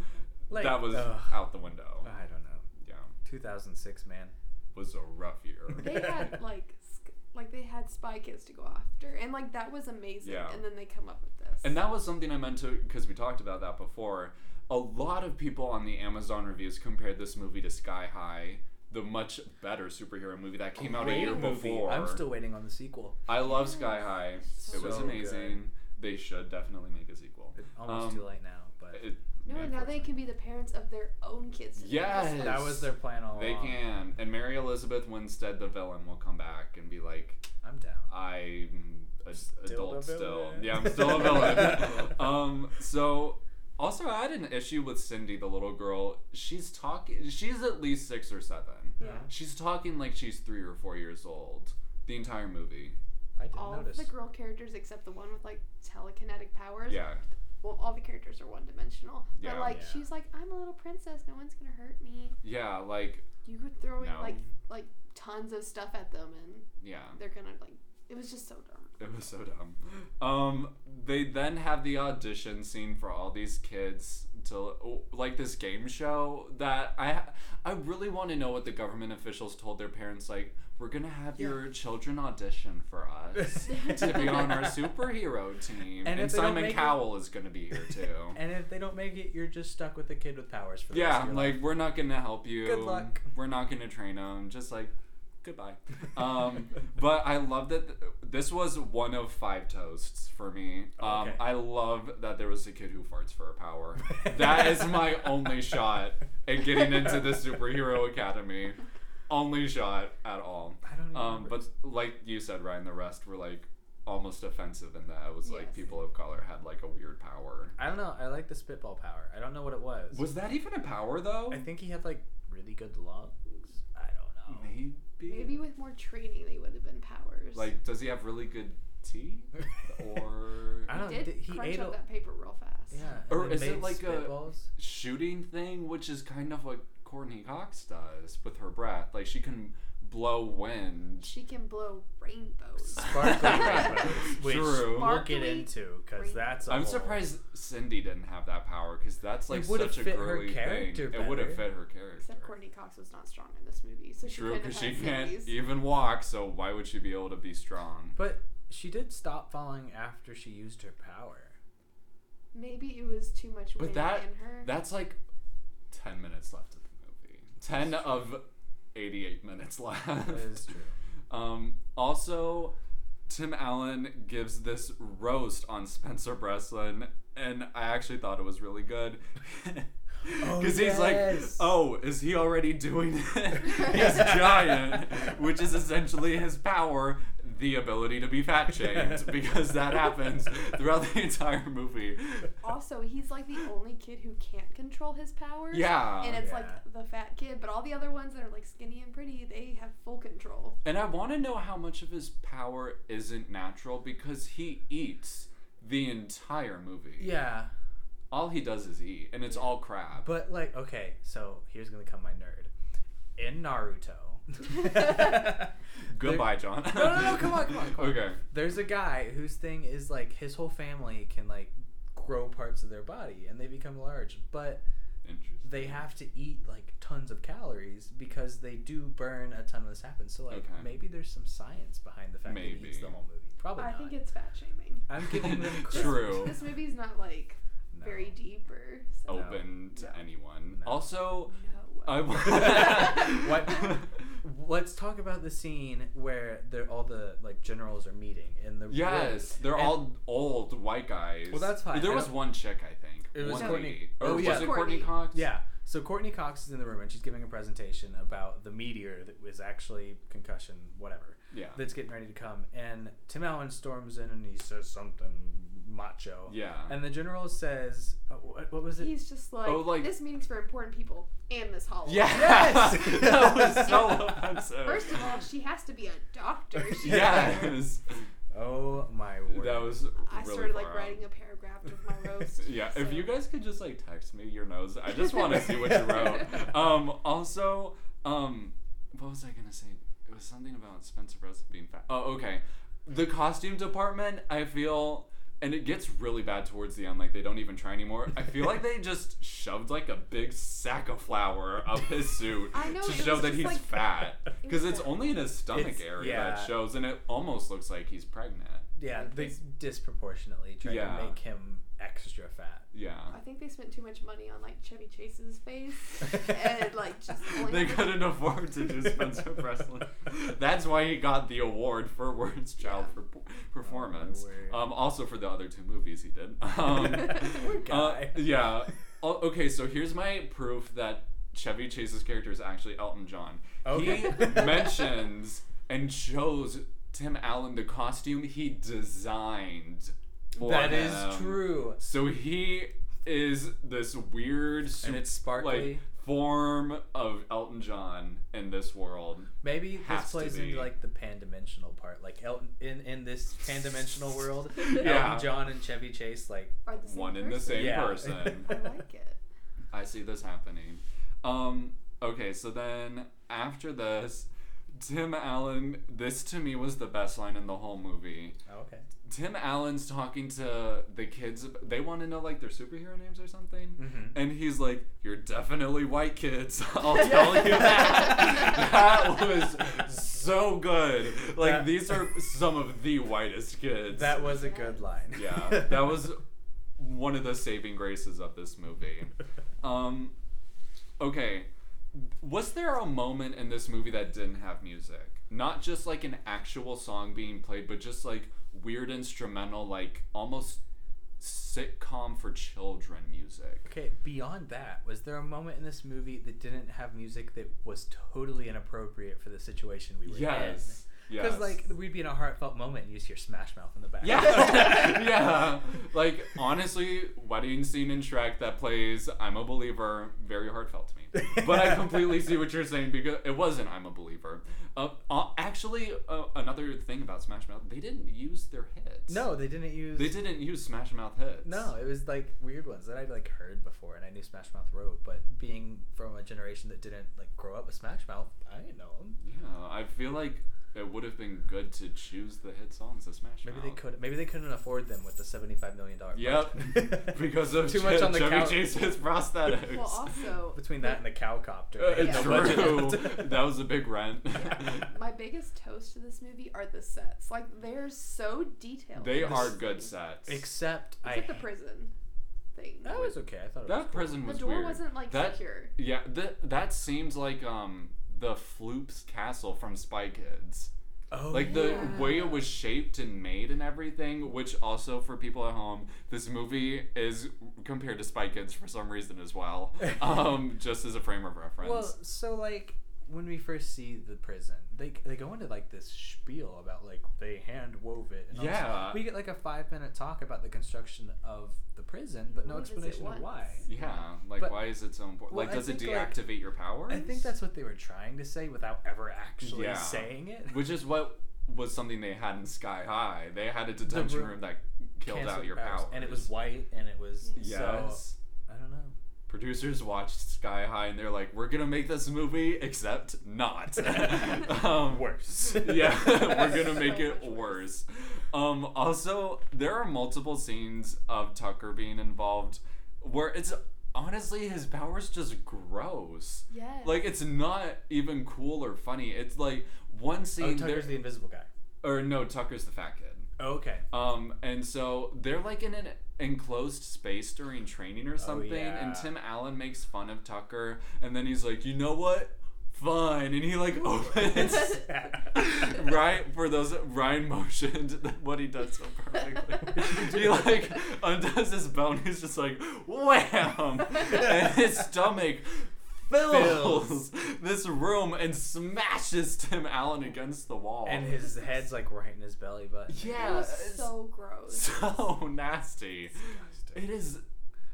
Like, that was ugh. Uh. out the window. I don't know. Yeah, 2006, man. was a rough year. they had like, sc- like they had spy kids to go after, and like that was amazing. Yeah. And then they come up with this. And that was something I meant to, because we talked about that before. A lot of people on the Amazon reviews compared this movie to Sky High, the much better superhero movie that came out a Great year movie. before. I'm still waiting on the sequel. I love Sky High. it was So amazing. good. They should definitely make a sequel. It's almost Um, too late now, but It- no, and now they unfortunately. can be the parents of their own kids. to do this. Yes. that was their plan all They along. can. And Mary Elizabeth Winstead, the villain, will come back and be like, I'm down. I'm a the adult still. villain. Yeah, I'm still a villain. um, so also I had an issue with Cindy, the little girl. She's talking. She's at least six or seven. Yeah. She's talking like she's three or four years old. The entire movie. I didn't All notice. of the girl characters except the one with like telekinetic powers. Yeah. Well, all the characters are one dimensional. Yeah. But like Yeah. she's like, I'm a little princess. No one's gonna hurt me. Yeah. Like You could throw in no. like tons of stuff at them and yeah. they're gonna like It was just so dumb. It was so dumb. Um, they then have the audition scene for all these kids to like this game show that I I really want to know what the government officials told their parents like we're gonna have your children audition for us to be on our superhero team, And and, if they don't Simon make it- Cowell is gonna be here too. And if they don't make it, you're just stuck with a kid with powers for the rest yeah, of your like we're not gonna help you. Good luck. We're not gonna train them. Just like goodbye. um, but I love that th- this was one of five toasts for me. Um, Oh, okay. I love that there was a kid who farts for a power. that is my only shot at getting into the superhero academy. Only shot at all. I don't even Um, remember but like you said, Ryan, the rest were like almost offensive in that it was like Yes. people of color had like a weird power. I don't know. I like the spitball power. I don't know what it was. Was that even a power though? I think he had like really good lungs. I don't know. Maybe. Maybe with more training, they would have been powers. Like, does he have really good teeth? Or I don't. he did did- He crunch ate. up A, that paper real fast. yeah. and Or then is it made like a- spitballs? shooting thing, which is kind of what Courtney Cox does with her breath. Like she can blow wind. She can blow rainbows. Sparkly rainbows, which True. we'll get Sparkly into because rainbows. that's. i I'm surprised Cindy didn't have that power because that's like It would've such a fit her girly thing. character It would have better. fit her character. Except Courtney Cox was not strong in this movie, so she True, couldn't because have she had can't Cindy's. even walk, so why would she be able to be strong? But she did stop falling after she used her power. Maybe it was too much But wind that- in her. That's like 10 minutes left of the movie. 10 of 88 minutes left. That is true. Um, also, Tim Allen gives this roast on Spencer Breslin, and I actually thought it was really good. Oh, Because he's yes. like, oh, is he already doing it? he's giant, which is essentially his power, the ability to be fat shamed, because that happens throughout the entire movie. also, he's like the only kid who can't control his powers. Yeah. And it's Oh, Yeah. like the fat kid, but all the other ones that are like skinny and pretty, they have full control. And I want to know how much of his power isn't natural because he eats the entire movie. Yeah, All he does is eat, and it's all crab. but like, okay, so here's gonna come my nerd. In Naruto. Goodbye, John. No, no, no, come on, come on, come on. Okay. There's a guy whose thing is like his whole family can like grow parts of their body and they become large, but Interesting. they have to eat like tons of calories because they do burn a ton when this happens. So like Okay. maybe there's some science behind the fact that he eats Maybe. the whole movie. Probably I not. think it's fat shaming. I'm giving them This- credit. True. This movie's not like No. very deep or so. Open to No. anyone. No. Also, No. Oh. I w- What? Let's talk about the scene where they're all the like generals are meeting in the Yes, room. they're And- all old white guys. Well, that's fine. There I was don't- one chick, I think. It was one Courtney. lady. Or Oh, was yeah. it Courtney Courtney. Cox? Yeah. So Courtney Cox is in the room and she's giving a presentation about the meteor that was actually concussion, whatever, Yeah. that's getting ready to come. And Tim Allen storms in and he says something macho. Yeah. And the general says, uh, what, what was it? He's just like, Oh, like- this meeting's for important people and Miss Hollow. Yeah. Yes! that was so offensive. First of all, she has to be a doctor. She yes. oh my word. That was. I really started like far out. writing a paragraph with my roast. Yeah, if so- you guys could just like text me your nose, I just want to see what you wrote. Um, also, um, what was I gonna say? It was something about Spencer Breslin being fat. Oh, okay. The costume department, I feel, and it gets really bad towards the end. Like they don't even try anymore. I feel like they just shoved like a big sack of flour up his suit I know, to it was show that just, he's like- fat It because was it's bad. only in his stomach It's- area that yeah. it shows, and it almost looks like he's pregnant. yeah, they disproportionately tried Yeah. to make him extra fat. Yeah. I think they spent too much money on like Chevy Chase's face and like just. only they had- couldn't afford to do Spencer Breslin. That's why he got the award for worst child Oh, Yeah. per- performance. word. um, also for the other two movies he did. Um, Poor guy. Uh, yeah. O- okay, so here's my proof that Chevy Chase's character is actually Elton John. Okay. He mentions and shows Tim Allen the costume he designed. For That is him. true. So he is this weird And it's sup- sparkly. like, form of Elton John in this world. Maybe Has to this plays be. into like the pan-dimensional part. Like Elton in in this pan-dimensional world, Yeah. Elton John and Chevy Chase like Are the same One in the person. same Yeah. person. I like it. I see this happening. Um okay, so then after this Tim Allen, this to me was the best line in the whole movie. Oh, okay. Tim Allen's talking to the kids. They want to know like their superhero names or something. And he's like, You're definitely white kids. I'll tell you that. that was so good. Like, That- these are some of the whitest kids. That was a good line. yeah, that was one of the saving graces of this movie. Um, okay, was there a moment in this movie that didn't have music? Not just like an actual song being played, but just like weird instrumental, like almost sitcom for children music. Okay, beyond that, was there a moment in this movie that didn't have music that was totally inappropriate for the situation we were in? Yes. Yes. Because like we'd be in a heartfelt moment, and you just hear Smash Mouth in the back. Yeah, yeah. Like honestly, wedding scene in Shrek that plays "I'm a Believer" very heartfelt to me. But I completely see what you're saying because it wasn't "I'm a Believer." Uh, uh, actually, uh, another thing about Smash Mouth, they didn't use their hits. No, they didn't use. they didn't use Smash Mouth hits. No, it was like weird ones that I'd like heard before, and I knew Smash Mouth wrote, but being from a generation that didn't like grow up with Smash Mouth, I didn't know 'em. Yeah, I feel like it would have been good to choose the hit songs of Smash Maybe Mouth. they could. Maybe they couldn't afford them with the seventy-five million dollar. Yep, because of too much on the Chevy cow. Chase's prosthetics. Well, also Between that and the cow copter, Uh, they had Yeah. no budget True. left. that was a big rent. my biggest toast to this movie are the sets. Like they're so detailed. They This are thing. good sets. Except It's I. like the ha- prison thing. That was okay. I thought it was that cool. prison the was door weird. wasn't like that, secure. Yeah, that that seems like um the Floops Castle from Spy Kids. Oh, like yeah. the way it was shaped and made and everything, which also for people at home, this movie is compared to Spy Kids for some reason as well. Um, just as a frame of reference. Well, so like when we first see the prison, they they go into like this spiel about like they hand wove it. And all this Yeah. stuff. we get like a five minute talk about the construction of the prison, but no Only does it explanation of once. why. yeah, like But- why is it so important? Well, like, I does it think, like- deactivate your powers? I think that's what they were trying to say without ever actually Yeah. saying it. which is what was something they had in Sky High. They had a detention room- room that killed out Cancelled your powers. powers. and it was white, and it was yes. So, I don't know. Producers watched Sky High and they're like, "We're gonna make this movie, except not um, Worse. Yeah, we're gonna make So it much worse. worse. Um, also, there are multiple scenes of Tucker being involved where it's honestly his powers just gross. Yes. Like it's not even cool or funny. It's like one Oh, scene there, Tucker's the invisible guy. or no, Tucker's the fat kid. Okay. Um, and so they're like in an enclosed space during training or something, and yeah. Tim Allen makes fun of Tucker, and then he's like, you know what? Fine, and he like opens right for those Ryan motioned what he does so perfectly. he like undoes his belt, and he's just like wham, and his stomach fills this room and smashes Tim Allen against the wall. And his head's like right in his belly button. yeah, it was it's- so gross. so nasty. It is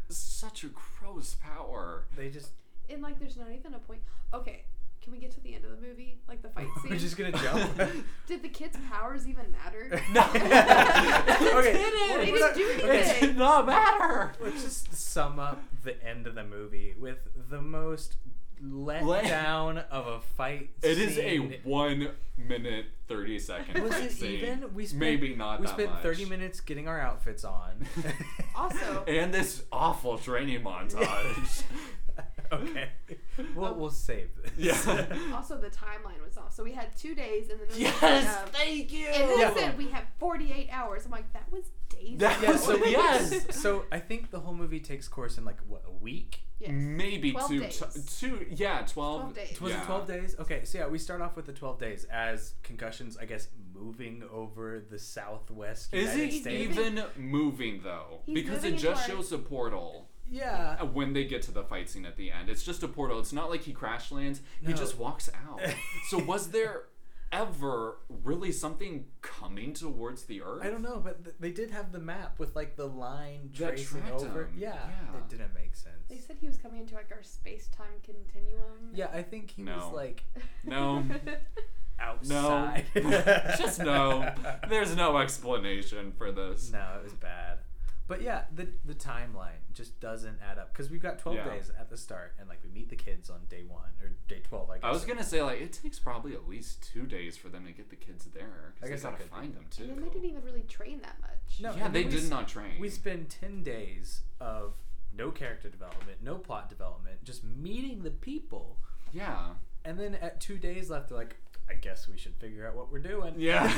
such a gross power. They just And like, there's not even a point. Okay, can we get to the end of the movie? Like the fight scene. we're just gonna jump. Did the kids' powers even matter? No. They Okay, we're- didn't. They we're didn't not- do okay. It anything. did not matter. Let's just sum up the end of the movie with the most let Let- down of a fight. It is a scene. one minute thirty second. Was fight it scene. even? We spent Maybe not. We that spent much. thirty minutes getting our outfits on. Also- and this awful training montage. okay. We'll we'll save this. yeah. Also, the timeline was off. So we had two days, and then we Yes, had, thank you. and then Yeah. it said we have 48 hours. I'm like, that was days. That ago. Yeah, so Yes. So I think the whole movie takes course in like what a week. Yes. Mm. Maybe 12 two, days. two, yeah, twelve. 12 days. Was yeah. it 12 days? Okay, so yeah, we start off with the 12 days as concussions, I guess, moving over the southwest Is United he States. even moving though? He's because moving it just into our- shows a portal Yeah. uh, when they get to the fight scene at the end. It's just a portal. It's not like he crash lands. He No. just walks out. so was there ever really something coming towards the earth? I don't know, but th- they did have the map with like the line That tracing tracked over. him. Yeah, Yeah. it didn't make They sense. said he was coming into like our space time continuum. Yeah, I think he No. was like No. No. outside. just no. There's no explanation for this. No, it was bad. But yeah, the the timeline just doesn't add up because we've got twelve Yeah. days at the start, and like we meet the kids on day one or day twelve. I guess. I was gonna say like it takes probably at least two days for them to get the kids there I because guess they that gotta could find be. them And then they didn't too. even really train that much. No, yeah, and they then we did s- not train. We spend ten days of no character development, no plot development, just meeting the people, yeah, and then at two days left, they're like, I guess we should figure out what we're doing. yeah.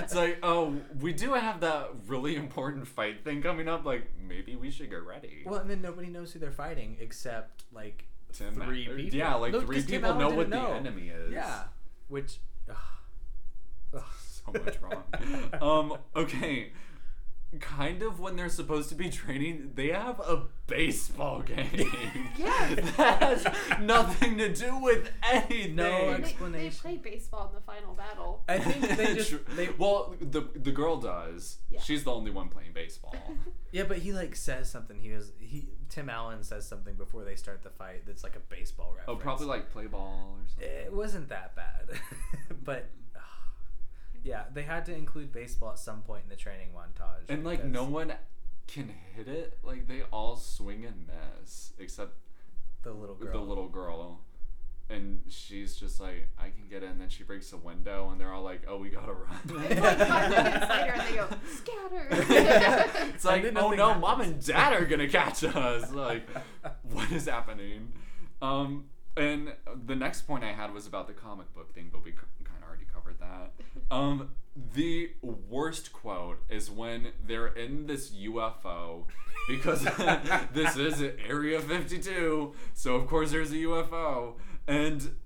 it's like oh, we do have that really important fight thing coming up. Like maybe we should get ready. Well, and then nobody knows who they're fighting except like Tim three or- people. Yeah, like No, three 'cause Tim people Allen know didn't what know. the enemy is. yeah, which ugh, ugh. so much wrong. um, okay. Kind of when they're supposed to be training, they have a baseball game. Yes. that has nothing to do with anything. No They, they explanation. played baseball in the final battle. I think they just True. they well, the the girl does. Yeah. She's the only one playing baseball. Oh, Yeah, but he like says something. He was he Tim Allen says something before they start the fight that's like a baseball reference. oh, probably like play ball or something. it wasn't that bad, but ah, yeah, they had to include baseball at some point in the training montage. And like because no one can hit it. Like they all swing and miss except the little girl. the little girl and she's just like i can get in and then she breaks a window and they're all like oh we gotta It's like five minutes run later, and they go scatter. it's like And then oh nothing no mom happens. and dad are gonna catch us like what is happening um and the next point i had was about the comic book thing but we kind of already covered that um the worst quote is when they're in this ufo because this is Area 52, so of course there's a UFO. And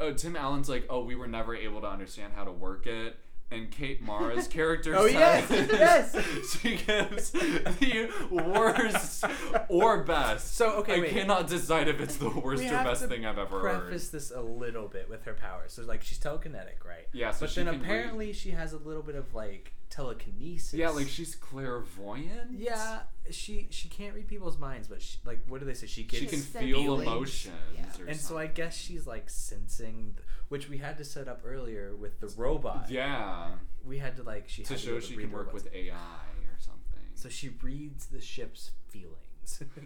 uh, Tim Allen's like, oh, we were never able to understand how to work it. And Kate Mara's character Oh, yes, says- yes. she gives the worst or best. So, okay, I wait. cannot decide if it's the worst We or have best to thing I've ever preface this a little bit with her powers. So like she's telekinetic, right? Yeah, so but she then can apparently she has a little bit of like telekinesis. heard. Yeah, like she's clairvoyant. yeah, she she can't read people's minds, but she, like what do they say? She gets she can She's feel feeling. emotions. Yeah. Or And so I something. guess she's like sensing, th- which we had to set up earlier with the robot. Yeah, We had to like she to had show be able to she read can her work what's- with AI or something. So she reads the ship's feelings.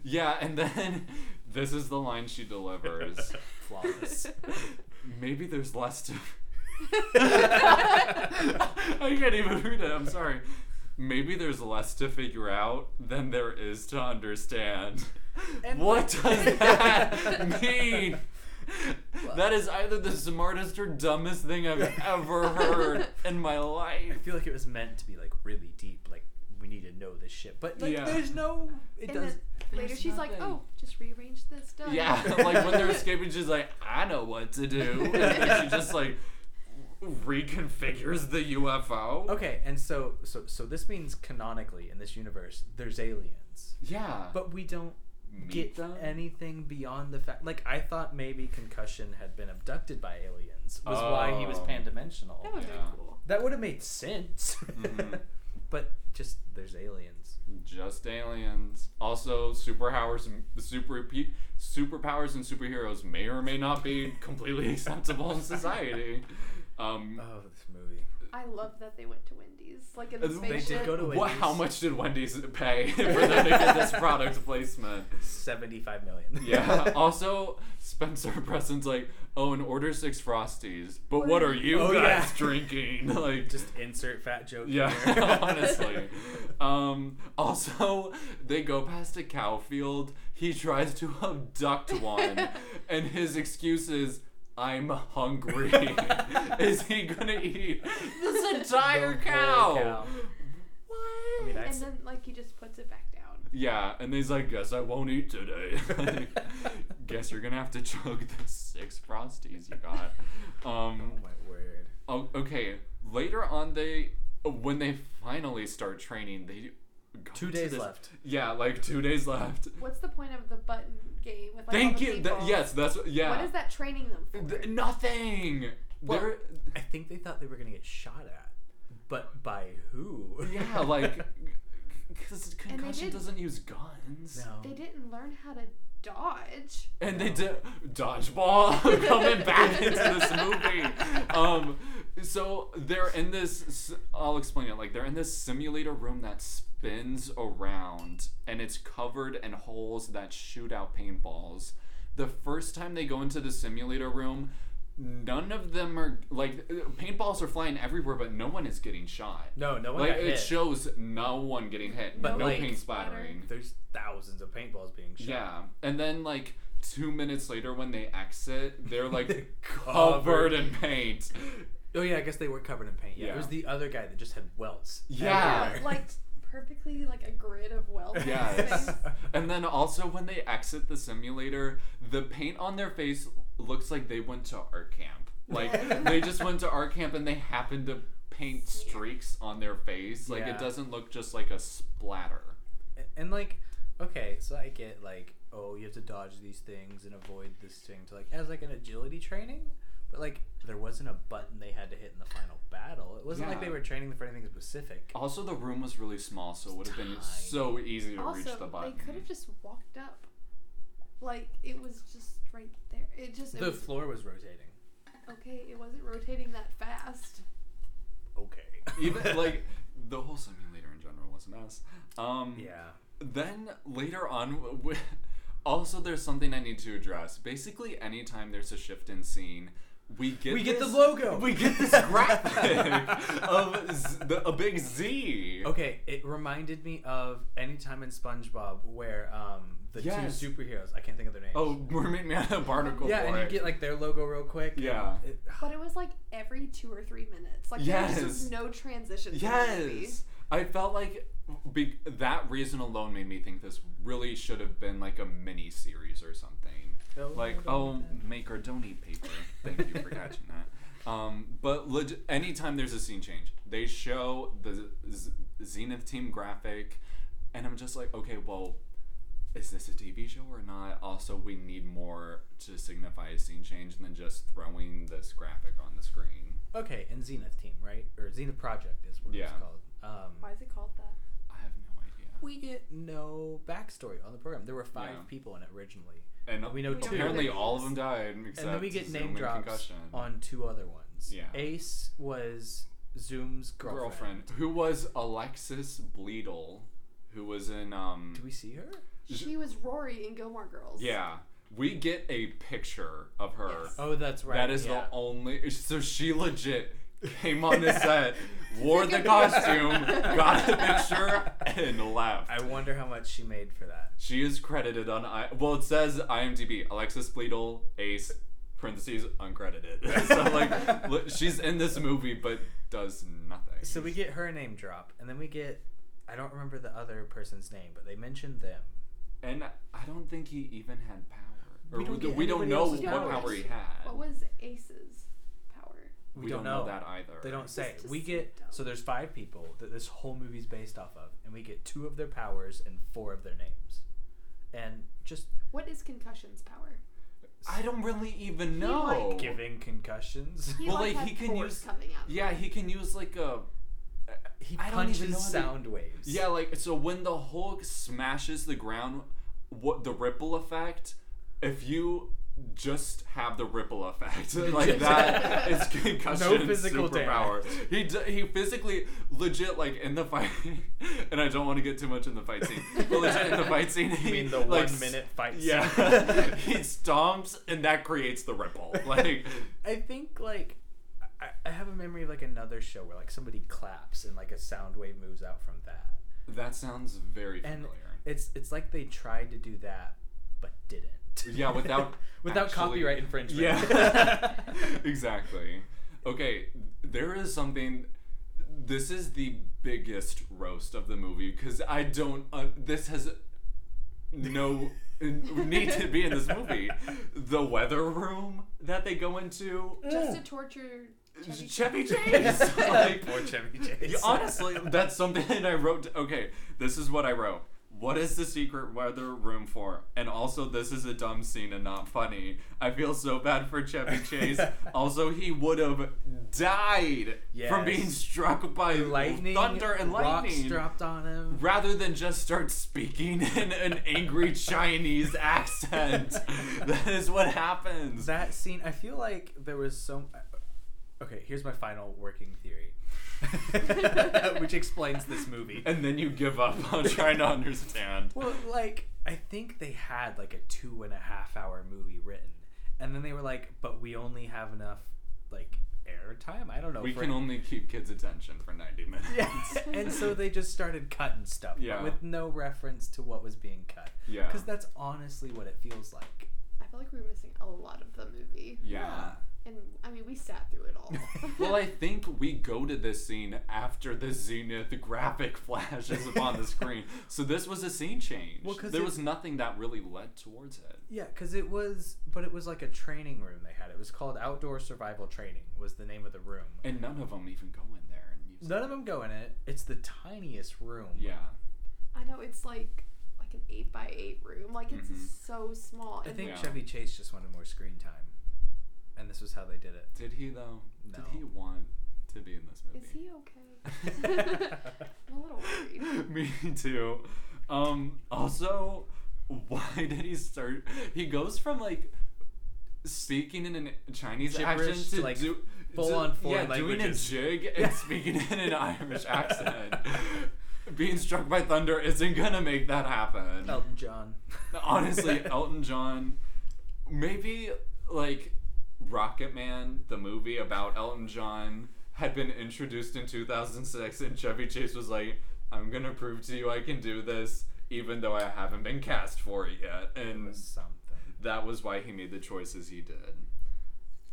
Yeah, and then this is the line she delivers. Flawless. Maybe there's less to. I can't even read it. I'm sorry. Maybe there's less to figure out than there is to understand. And- what does that mean? That is either the smartest or dumbest thing I've ever heard in my I life. feel like it was meant to be like really deep. Like we need to know this ship, but like Yeah. there's no. It and does. then later, There's she's like, nothing. "Oh, just rearrange this stuff." Yeah, like when they're escaping, she's like, I know what to do. And then she just like reconfigures the UFO. Okay, and so so so this means canonically in this universe there's aliens, Yeah. but we don't Meet get them? anything beyond the fact. Like I thought maybe concussion had been abducted by aliens was why he was Oh. pandimensional. that would have Yeah. been cool. That would have made sense. Mhm. but just there's aliens. just aliens. Also, superpowers and super pe- superpowers and superheroes may or may not be completely acceptable in society. Um, Oh, this movie. I love that they went to Wendy's, like in the They did spaceship. go to wha- how Wendy's. much did Wendy's pay for them to get this product placement? Seventy-five million. Yeah. Also, Spencer Preston's like, oh, and order six frosties. But what are you Oh, guys yeah. drinking? Like, just insert fat joke. yeah, here. honestly. Um, also, they go past a cow field. He tries to abduct one, and his excuse is, "I'm hungry." is he gonna eat this entire The whole cow? cow. What? I mean, I've and se- then like he just puts it back down. Yeah, and he's like, guess I won't eat today. guess you're gonna have to chug the six frosties you got. Um, Oh my word. Oh, okay. Later on, they uh, when they finally start training, they go Two to days this- left. Yeah, like two days left. What's the point of the button game with like all Thank the you. Th- people? yes, that's yeah. What is that training them for? Th- nothing. Well- They're I think they thought they were gonna get shot at, but by who? yeah, like because they concussion did- doesn't use guns. no. They didn't learn how to dodge. And they did dodgeball coming back into this movie. Um, so they're in this. I'll explain it. Like they're in this simulator room that's bends around and it's covered in holes that shoot out paintballs. The first time they go into the simulator room, none of them are like paintballs are flying everywhere, but no one is getting shot. No, no one like got it hit. shows no one getting hit, But, no like- paint splattering. There's thousands of paintballs being shot. Yeah, and then like two minutes later when they exit, they're They're like covered. covered in paint. Oh yeah, I guess they were covered in paint. Yeah. Yeah. There's the other guy that just had welts. Yeah. everywhere. like perfectly like a grid of welts. on his Yes. face. And then also when they exit the simulator, the paint on their face looks like they went to art camp. Like they just went to art camp and they happened to paint streaks on their face. Like Yeah. it doesn't look just like a splatter. And, and like, okay, so I get like, oh, you have to dodge these things and avoid this thing to like as like an agility training. But like, there wasn't a button they had to hit in the final battle. It wasn't like Yeah. they were training for anything specific. Also the room was really small, so it would have been Tiny. so easy to also, reach the button. they could have just walked up. Like it was just right there. It just it The was, floor was rotating. okay. It wasn't rotating that fast. Okay. Even like the whole simulator in general was a mess. Um yeah. then later on w- w- also there's something i need to address basically anytime there's a shift in scene we get We get the this- logo. we get this graphic of z- the, a big z Okay, it reminded me of any time in SpongeBob where um the Yes. two superheroes, I can't think of their names. oh mermaid man and barnacle yeah, and boy. you get like their logo real quick. Yeah. It- But it was like every two or three minutes. Like there was Yes. just no transition. yes i felt like be- that reason alone made me think this really should have been like a mini series or something like oh make or donate paper thank you for catching that um, but leg- anytime there's a scene change they show the Z- zenith team graphic and i'm just like okay well is this a tv show or not also we need more to signify a scene change than just throwing this graphic on the screen Okay, and Zenith Team, right? Or Zenith Project is what it's Yeah. called. Um, Why is it called that? i have no idea we get no backstory on the program. There were five Yeah. people in it originally, and we know We don't two. apparently know. all of them died except and then we get Zoom name and drops concussion. on two other ones. Yeah. Ace was Zoom's girlfriend. girlfriend who was alexis bleedle who was in um Do we see her? Is it- She was Rory in Gilmore Girls. Yeah, we get a picture of her. Yes. Oh, that's right. that is yeah. the only. So she legit came on the set, wore the costume, got a picture, and left. I wonder how much she made for that. She is credited on. I, well, it says IMDb Alexis Bleedle Ace parentheses uncredited. so like, li- she's in this movie but does nothing. So we get her name drop, and then we get I don't remember the other person's name, but they mentioned them. and I don't think he even had power. Or We we don't don't, get we don't anybody know else's what powers. power he had. What was Ace's power? we, don't, know. that either. They don't say. This is We so get dumb. so there's five people that this whole movie's based off of, and we get two of their powers and four of their names, and just What is concussion's power? I don't really even He, know. like, giving concussions. He Well, like, like, had he can cords use- coming out. of Yeah, him. he can use like a. He I don't even punches know how they- sound waves. Yeah, like so when the Hulk smashes the ground, what the ripple effect? If you just have the ripple effect like that, it's concussion. No physical superpower. He d- he physically legit like in the fight, and I don't want to get too much in the fight scene. But legit in the fight scene, You he, mean the like, one minute fight? s- scene? Yeah, he stomps and that creates the ripple. Like I think like I, I have a memory of like another show where like somebody claps and like a sound wave moves out from that. that sounds very And familiar. It's it's like they tried to do that but didn't. Yeah, without without actually- copyright infringement. Yeah. exactly. Okay, there is something. This is the biggest roast of the movie because I don't. Uh, this has no need to be in this movie. The weather room that they go into. Just to torture Chevy Chevy Chase. like, Poor Chevy Chase. yeah, honestly, that's something that I wrote. d- Okay, this is what I wrote. What is the secret weather room for? And also, this is a dumb scene and not funny. I feel so bad for Chevy Chase. also, he would have died from Yes. being struck by lightning, thunder and Rocks lightning. dropped on him. Rather than just start speaking in an angry Chinese accent, that is what happens. That scene, I feel like there was so. Okay, here's my final working theory, which explains this movie. And then you give up on trying to understand. Well, like I think they had like a two and a half hour movie written, and then they were like, "But we only have enough like air time." I don't know. We for- can only keep kids' attention for 90 minutes. Yeah, and so they just started cutting stuff, but Yeah. with no reference to what was being cut, Yeah. because that's honestly what it feels like. I feel like we were missing a lot of the movie. yeah. And I mean, we sat through it all. Well, I think we go to this scene after the zenith graphic flashes upon the screen. So this was a scene change. Well, 'cause there it- was nothing that really led towards it. Yeah, because it was, but it was like a training room they had. It was called Outdoor Survival Training, was the name of the room. And none of them even go in there and use None it. of them go in it. It's the tiniest room. Yeah. I know it's like like an eight by eight room. Like it's Mhm. so small. I And think Yeah. Chevy Chase just wanted more screen time, and this was how they did it. Did he, though? Did No. he want to be in this movie? is he okay? I'm a little worried. Me too. Um, also, why did he start? He goes from like speaking in a Chinese Gibberish accent to, to, like, do, full to- on foreign yeah, doing a languages. jig and speaking in an Irish accent. Being struck by thunder isn't gonna make that happen. Elton John. Honestly, Elton John, maybe like Rocket Man, the movie about Elton John, had been introduced in 2006, and Chevy Chase was like, I'm gonna prove to you I can do this, even though I haven't been cast for it yet. And was something. that was why he made the choices he did.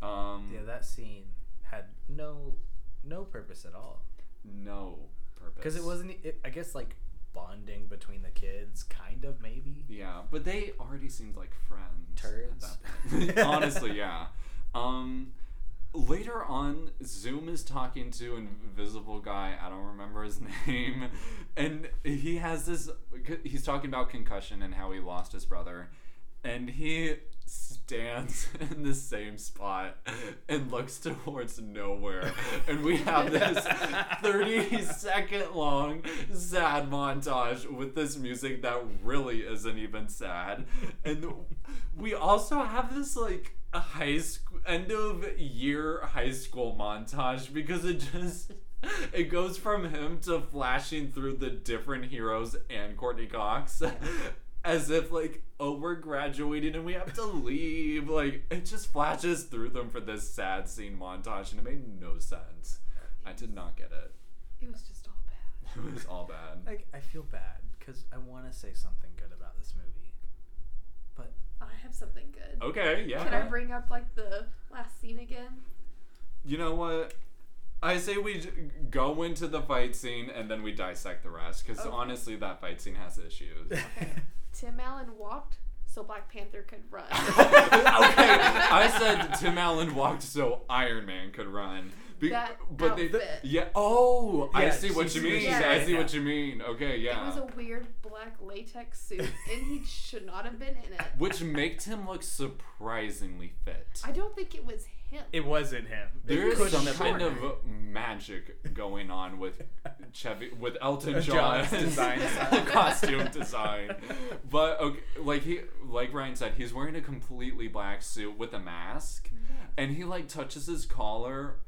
Um, Yeah, that scene had no no purpose at all no purpose. because it wasn't. It, I guess like bonding between the kids, kind of maybe. Yeah, but they already seemed like friends. at Turds. that point. Honestly, yeah. Um, later on, Zoom is talking to Invisible Guy. I don't remember his name, and he has this. He's talking about concussion and how he lost his brother, and he stands in the same spot and looks towards nowhere and we have this 30 second long sad montage with this music that really isn't even sad and we also have this like high school end of year high school montage because it just it goes from him to flashing through the different heroes and Courtney Cox as if like oh we're graduating and we have to leave like it just flashes through them for this sad scene montage and it made no sense i did not get it It was just all bad. it was all bad Like I feel bad because I want to say something good about this movie, but I have something good. okay Can I Oh, yeah bring up like the last scene again? you know what i say we j- go into the fight scene and then we dissect the rest because Okay. honestly that fight scene has issues okay Tim Allen walked so Black Panther could run. i said tim allen walked so iron man could run Be- That but they outfit. yeah oh i Yeah, see what she- you she- mean yeah, i see yeah. what you mean okay yeah It was a weird black latex suit, and he should not have been in it. which makes him look surprisingly fit. I don't think it was him. it wasn't him. There is couldn't some have kind been of magic going on with Chevy with Elton Uh, John's John's design style. costume design. But okay, like he like Ryan said, he's wearing a completely black suit with a mask, and he like touches his collar.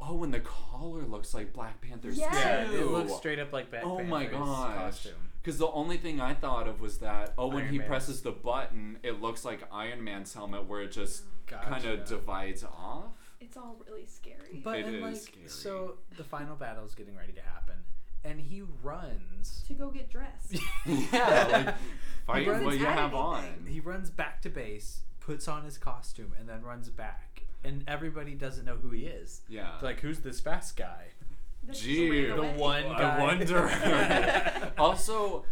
Oh, and the collar looks like Black Panther's Yes. Yeah, too. it looks straight up like Black Oh Panther's my gosh. costume. Because the only thing I thought of was that, oh, when Iron he Man. presses the button, it looks like Iron Man's helmet where it just kind Gotcha. of divides off. It's all really scary. But It then, like, is scary. so the final battle's getting ready to happen, and he runs. to go get dressed. Yeah, like, fight runs what you out of have it. on. He runs back to base, puts on his costume, and then runs back. And everybody doesn't know who he is. Yeah. It's like, who's this fast guy? They just Gee, ran the away. one- I guy. wonder. also,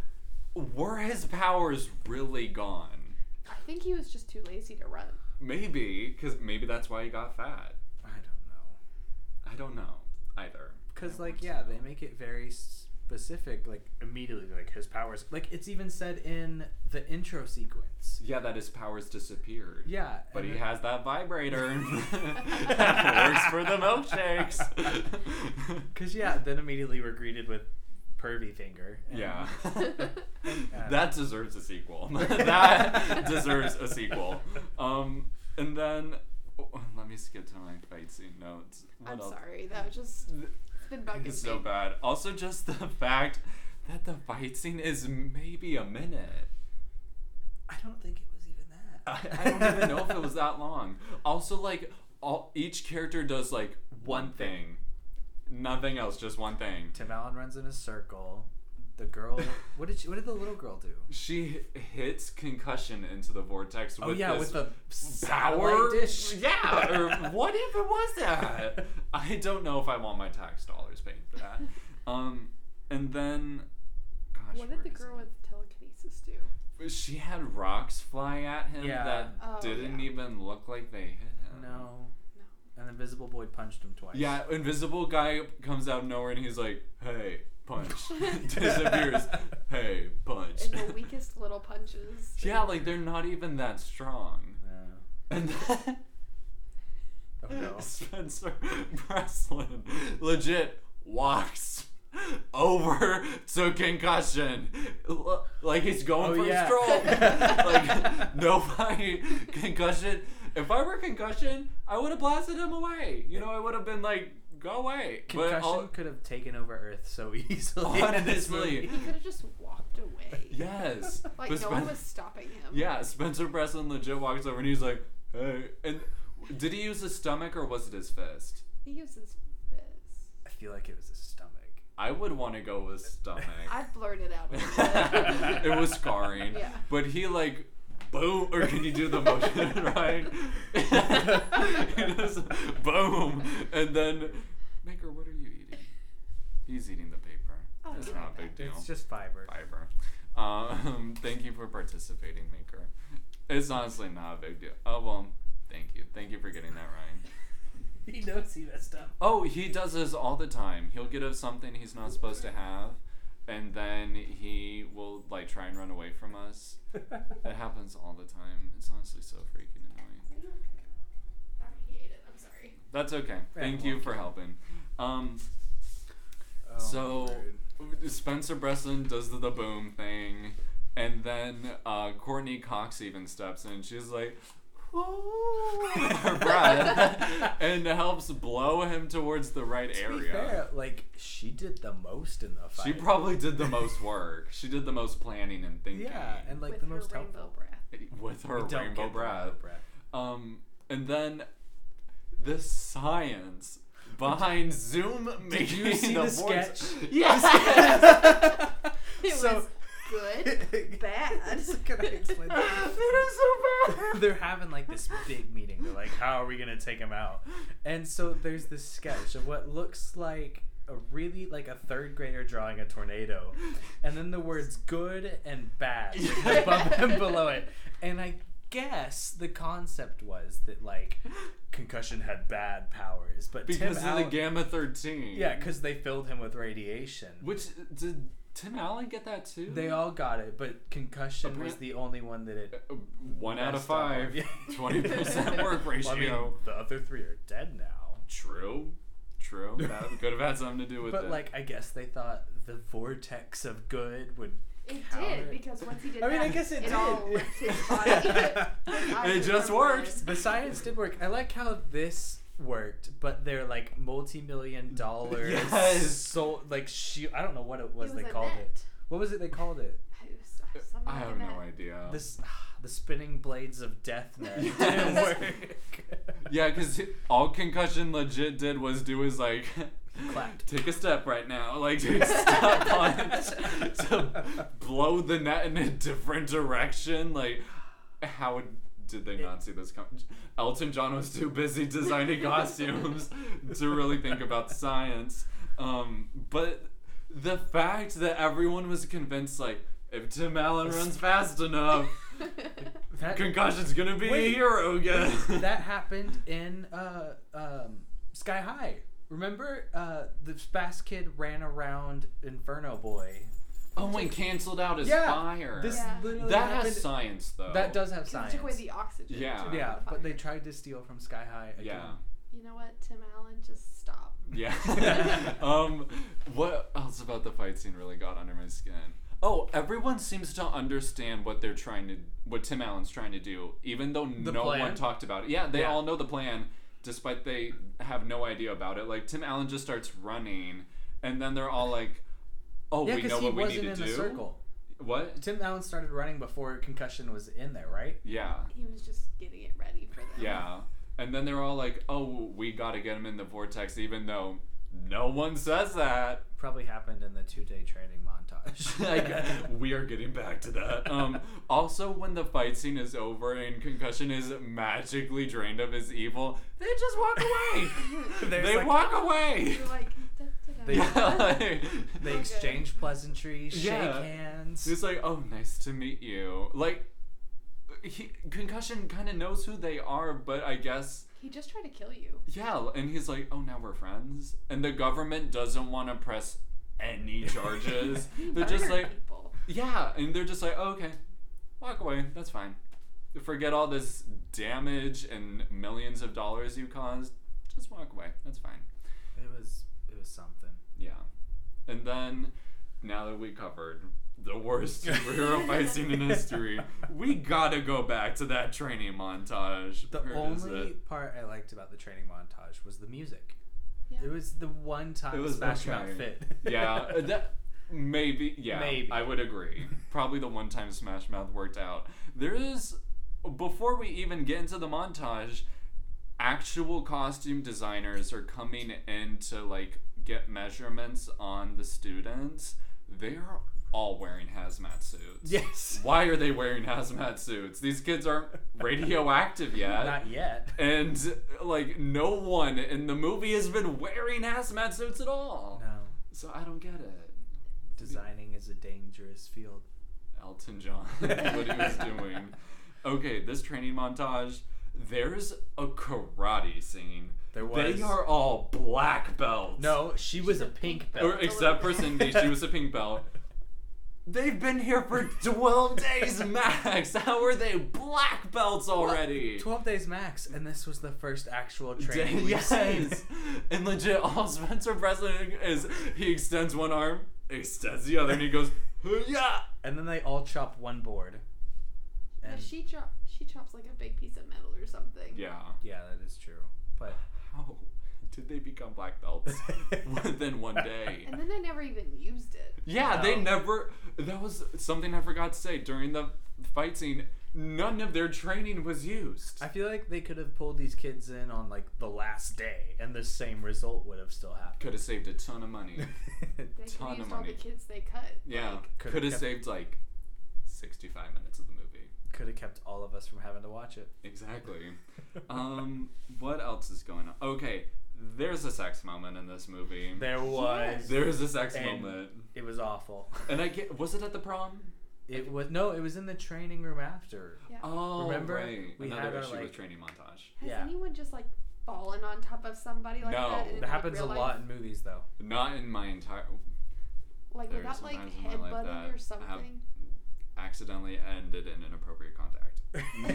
were his powers really gone? I think he was just too lazy to run. Maybe, because maybe that's why he got fat. I don't know. I don't know either. Because, I like, want to yeah, know. they make it very specific, like, immediately, like, his powers. Like, it's even said in the intro sequence. Yeah, that his powers disappeared. Yeah. But and he then- has that vibrator. that works for the milkshakes. Because, yeah, then immediately we're greeted with pervy finger. and- Yeah. Uh, that deserves a sequel. that deserves a sequel. Um, and then oh, let me me skip to my fight scene notes. What I'm else? sorry. That was just it's been bugging It's me. so bad. Also, just the fact that the fight scene is maybe a minute. I don't think it was even that. I, I don't even know if it was that long. Also, like all each character does like one thing, nothing else, just one thing. Tim Allen runs in a circle. The girl. what did she, What did the little girl do? She h- hits concussion into the vortex with oh yeah, this with the power satellite dish. Yeah, or what if it was that? I don't know if I want my tax dollars paying for that. Um, and then, gosh, What did where the is girl it? with telekinesis do? She had rocks fly at him Yeah. that Oh, didn't yeah. even look like they hit him. No. No. An invisible boy punched him twice. Yeah, invisible guy comes out of nowhere and he's like, "Hey, punch!" Disappears. Hey, punch. And the weakest little punches. yeah, like they're not even that strong. Yeah. And then Oh no. Spencer Breslin legit walks over to concussion. L- Like he's going Oh, for yeah. a stroll. like nobody concussion. If I were concussion, I would have blasted him away. You know, I would have been like, go away. Concussion But all, could have taken over Earth so easily. in this honestly, movie. He could have just walked away. yes. Like But no one Spen- was stopping him. Yeah, Spencer Breslin legit walks over and he's like, hey. And did he use his stomach or was it his fist? He used his fist. I feel like it was his stomach. I would want to go with stomach. I've blurred it out. A little bit. it was scarring. Yeah. But he like boom or can you do the motion right? he does boom and then Maker, what are you eating? He's eating the paper. Oh, it's you not a like big deal. It's just fiber. fiber. Um, thank you for participating, Maker. It's honestly not a big deal. Oh well, thank you. Thank you for getting that right. He knows he messed up. Oh, he does this all the time. He'll get us something he's not supposed to have, and then he will like try and run away from us. It Oh, happens all the time. It's honestly so freaking annoying. He ate it. I'm sorry. That's okay. Thank you for helping. Um, Oh, so rude. Spencer Breslin does the, the boom thing, and then uh, Courtney Cox even steps in. She's like. her breath and helps blow him towards the right To area. be fair, like she did the most in the fight. She probably did the most work. She did the most planning and thinking. Yeah, and like With the her most rainbow helpful. breath. with her We don't get the rainbow breath. breath. Um, and then the science behind Zoom Did making you see the, voice- sketch? Yes. It So- was good, bad. So Can I explain? that? it is so bad. They're having like this big meeting. They're like, "How are we gonna take him out?" And so there's this sketch of what looks like a really like a third grader drawing a tornado, and then the words "good" and "bad" Yeah. above and below it. And I guess the concept was that like concussion had bad powers, but Tim Because of Allen- the gamma thirteen. Yeah, because they filled him with radiation. Which did Tim Allen get that too? They all got it, but concussion was Appar- the only one that it. Uh, One out of messed up on. five. Yeah. Twenty percent work Well, ratio. I mean, the other three are dead now. True. True. That could have had something to do with But it. like, I guess they thought the vortex of good would. It Counter. did because once he did I mean, that, I guess it did. all ripped his body. I It just remember works. it. the science did work. I like how this worked, but they're like multi-million dollar. Yes. So like, she. I don't know what it was, It was they a called it. net. What was it they called it? It was something I like have that. no idea. This. ah, The spinning blades of death net didn't Yes. work. Yeah, because all concussion legit did was do is like Clapped. Take a step right now, like take a step on it to blow the net in a different direction. Like, how would, did they not see this coming? Elton John was too busy designing costumes to really think about science. Um, but the fact that everyone was convinced, like, if Tim Allen runs fast enough, That- concussion's gonna be a Wait. hero again. that happened in uh, um, Sky High. Remember, uh, the fast kid ran around Inferno Boy. Owen Oh, canceled out his Yeah, fire. This Yeah. literally that happened. has science, though. that does have 'Cause science. it took away the oxygen. Yeah. to yeah, the but they fire. tried to steal from Sky High. Again. Yeah. You know what, Tim Allen, just stop. Yeah. um, what else about the fight scene really got under my skin? Oh, everyone seems to understand what they're trying to, what Tim Allen's trying to do, even though no plan? one talked about it. Yeah, they Yeah. all know the plan. despite they have no idea about it. Like Tim Allen just starts running, and then they're all like, "Oh, Yeah, we know because he what we need wasn't to in do." the circle. What? Tim Allen started running before concussion was in there, right? Yeah, He was just getting it ready for them. yeah. And then they're all like, "Oh, we gotta get him in the vortex," even though no one says that. Probably happened in the two-day training montage. like we are getting back to that. Um, also, when the fight scene is over and concussion is magically drained of his evil, they just walk away. They're they just like, "Oh." walk away. You're like, da, da, da. They- yeah, like, they Okay. exchange pleasantries, Yeah. shake hands. it's like, oh, nice to meet you. Like, he, concussion kind of knows who they are, but I guess he just tried to kill you. Yeah, and he's like, "Oh, now we're friends." And the government doesn't want to press any charges. He they're just murdered like, people. "Yeah," and they're just like, oh, "Okay, walk away. That's fine. Forget all this damage and millions of dollars you caused. Just walk away. That's fine." It was it was something. Yeah. And then, now that we covered the worst superhero fight scene in history, we gotta go back to that training montage. The Where is only it? part I liked about the training montage was the music. Yeah. It was the one time It was Smash Mouth okay. fit. yeah, Uh, that maybe. Yeah, Maybe. I would agree. Probably the one time Smash Mouth worked out. There is before we even get into the montage, actual costume designers are coming in to like get measurements on the students. They are all wearing hazmat suits. yes. Why are they wearing hazmat suits? These kids aren't radioactive yet. Not yet. and like no one in the movie has been wearing hazmat suits at all. No. So I don't get it. Designing is a dangerous field. Elton John, what he was doing. Okay, this training montage. There's a karate scene. There They was. are all black belts. No, she was a pink belt. Or, except for Cindy, she was a pink belt. They've been here for 12 days max. How are they black belts already? 12 days max, and this was the first actual Dang, training we've seen. yes. And legit, all Spencer Presley is he extends one arm, extends the other, and he goes, yeah. And then they all chop one board. But And she chop, she chops like a big piece of metal or something. Yeah. yeah, that is true. But How did they become black belts within one day? And then they never even used it. Yeah, they Wow. never. That was something I forgot to say during the fight scene. None of their training was used. I feel like they could have pulled these kids in on like the last day, and the same result would have still happened. Could have saved a ton of money. They could Ton have of used all money. the kids they cut. Yeah, Like, could've could have kept- saved like sixty-five minutes of the movie. could have kept all of us from having to watch it. Exactly. Um, what else is going on? Okay, there's a sex moment in this movie. there was. There is a sex And- moment, It was awful. and I get. Was it at the prom? It was no. It was in the training room after. yeah. Oh, Remember? right. We Another had our, issue with like- training montage. Has yeah. anyone just like fallen on top of somebody like No. that? in, It It like, happens a real life? lot in movies, though. Not in my entire. Like There are without like sometimes in my life that headbutting or I have- something. Accidentally ended in inappropriate contact.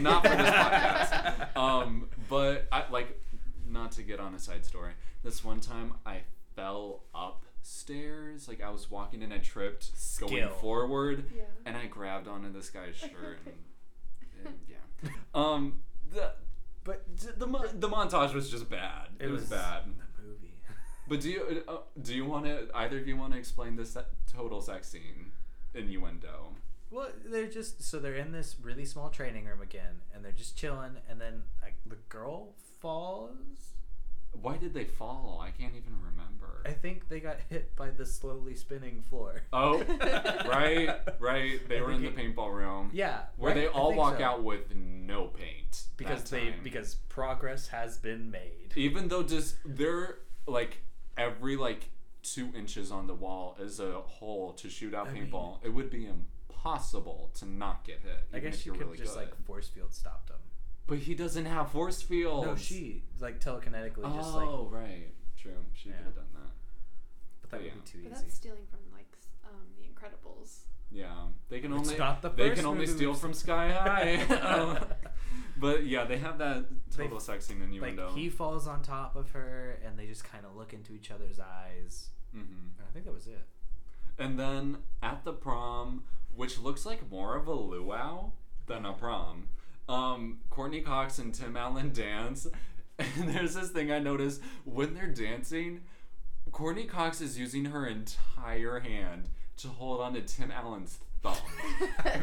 Not for this podcast. Um, but I like, not to get on a side story. This one time I fell upstairs. Like I was walking and I tripped going Skill. forward. Yeah. and I grabbed onto this guy's shirt. And, and yeah. Um. The, but th- the mo- the montage was just bad. It, was, bad. The movie. But do you uh, do you want to either of you want to explain this se- total sex scene innuendo? Well, they're just so they're in this really small training room again, and they're just chilling, and then like the girl falls. Why did they fall? I can't even remember. I think they got hit by the slowly spinning floor. Oh, right, right. They I were in the think paintball room. Yeah, Where right? they I all think walk so. out with no paint that because they time. because progress has been made. even though just they're like every like two inches on the wall is a hole to shoot out I mean- paintball it would be impossible to not get hit I even guess if she you're could really just good. like force field stopped them. but he doesn't have force fields No, she like telekinetically oh just like, right true she Yeah. could have done that but that yeah. would be too But easy. that's stealing from like s- um, the Incredibles. yeah they can It's only not the they first can only movie steal we've from seen. sky high Um, but yeah they have that total sex scene like innuendo he falls on top of her, and they just kind of look into each other's eyes. mm-hmm. And I think that was it. And then at the prom, which looks like more of a luau than a prom, um, Courtney Cox and Tim Allen dance, And there's this thing I noticed when they're dancing, Courtney Cox is using her entire hand to hold on to Tim Allen's thumb.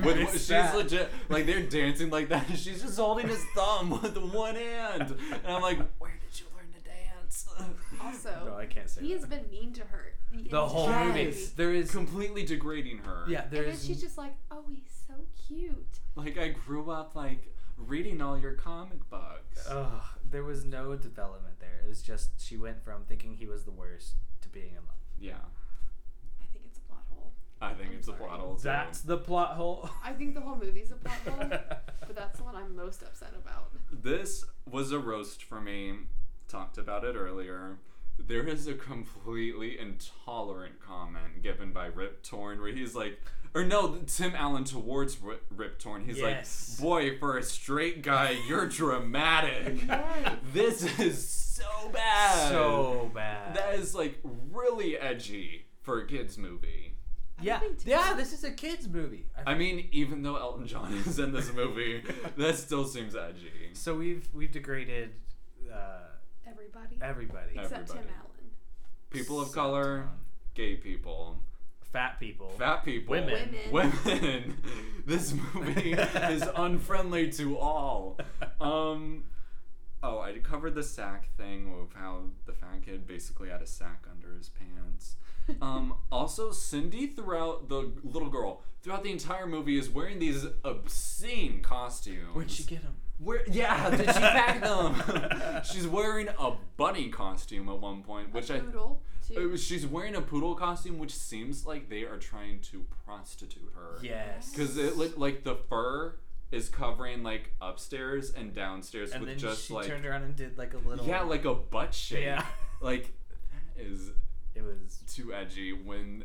with It's she's sad. legit like they're dancing like that, and she's just holding his thumb with one hand. And I'm like, where did you learn to dance? Also, No, I can't say he has that. been mean to her The whole entire movie. There is Completely degrading her. yeah. And There then is she's just like, "Oh, he's so cute." Like I grew up like reading all your comic books. Ugh, there was no development there. It was just she went from thinking he was the worst to being in love. yeah. I think it's a plot hole. I think I'm it's a sorry. plot hole. too. That's the plot hole. I think the whole movie's a plot hole, but that's the one I'm most upset about. This was a roast for me. Talked about it earlier. There is a completely intolerant comment given by Rip Torn where he's like, or no, Tim Allen towards Rip, Rip Torn. He's Yes. like, boy, for a straight guy, you're dramatic. Yes. this is so bad. so bad. That is like really edgy for a kids movie. yeah, think too. yeah. This is a kids movie. I- I mean, even though Elton John is in this movie, that still seems edgy. so we've we've degraded uh, Everybody, everybody. except Tim everybody. Allen. People of Except color, Tom. gay people, fat people. fat people, Women. women. this movie is unfriendly to all. Um, oh, I covered the sack thing of how the fat kid basically had a sack under his pants. Um, also, Cindy throughout the little girl throughout the entire movie is wearing these obscene costumes. Where'd she get him? Where? Yeah, did she pack them? She's wearing a bunny costume at one point, which I. Poodle It too. was- she's wearing a poodle costume, which seems like they are trying to prostitute her. Yes. Because it looked like the fur is covering like upstairs and downstairs and with then just she like turned around and did like a little. yeah, like a butt shape. yeah. Like that is It was. too edgy when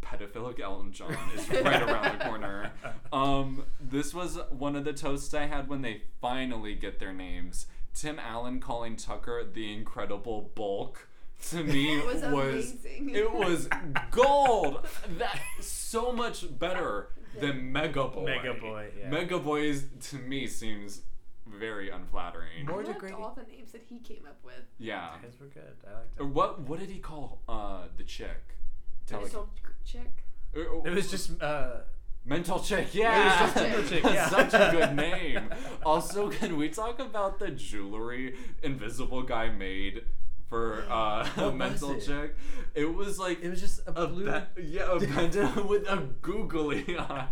pedophilic Elton John is right around the corner. Um, this was one of the toasts I had when they finally get their names. Tim Allen calling Tucker the incredible bulk to me It was was amazing. it was gold. That so much better than Mega Boy. Mega Boy, yeah. Mega Boy is to me seems very unflattering. I More loved degrading- all the names that he came up with. Yeah. Guys were good. I liked Or it. What what did he call uh the chick? This old chick. oh, It was just uh, Mental Chick, yeah. just Mental Chick, yeah. Such a good name. Also, can we talk about the jewelry Invisible Guy made for uh, What Mental was it? Chick? It was like it was just a, a blue. ba- yeah, a pendant with a googly eye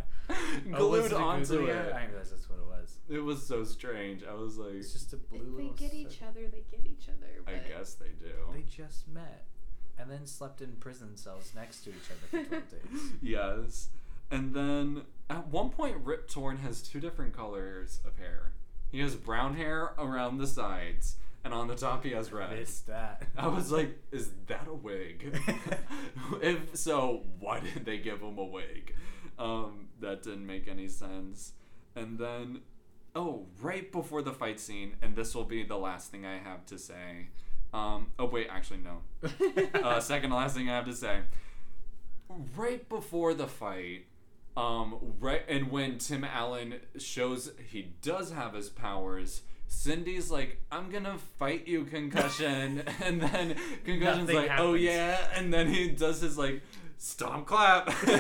Oh, was glued it a onto googly it. eye? I didn't realize that's what it was. It was so strange. I was like, It's just a blue. If they little get cir- each other, they get each other. I But guess they They do. just met, and then slept in prison cells next to each other for twelve days. yes. And then at one point, Rip Torn has two different colors of hair. He has brown hair around the sides, and on the top, he has red. Missed that. I was like, is that a wig? if so, why did they give him a wig? Um, that didn't make any sense. And then, oh, right before the fight scene, and this will be the last thing I have to say. Um, oh, wait, actually, no. Uh, second to last thing I have to say. Right before the fight, um, right, and when Tim Allen shows he does have his powers, Cindy's like, "I'm gonna fight you, concussion," and then concussion's Nothing like, "Oh happens. yeah," and then he does his like stomp clap, and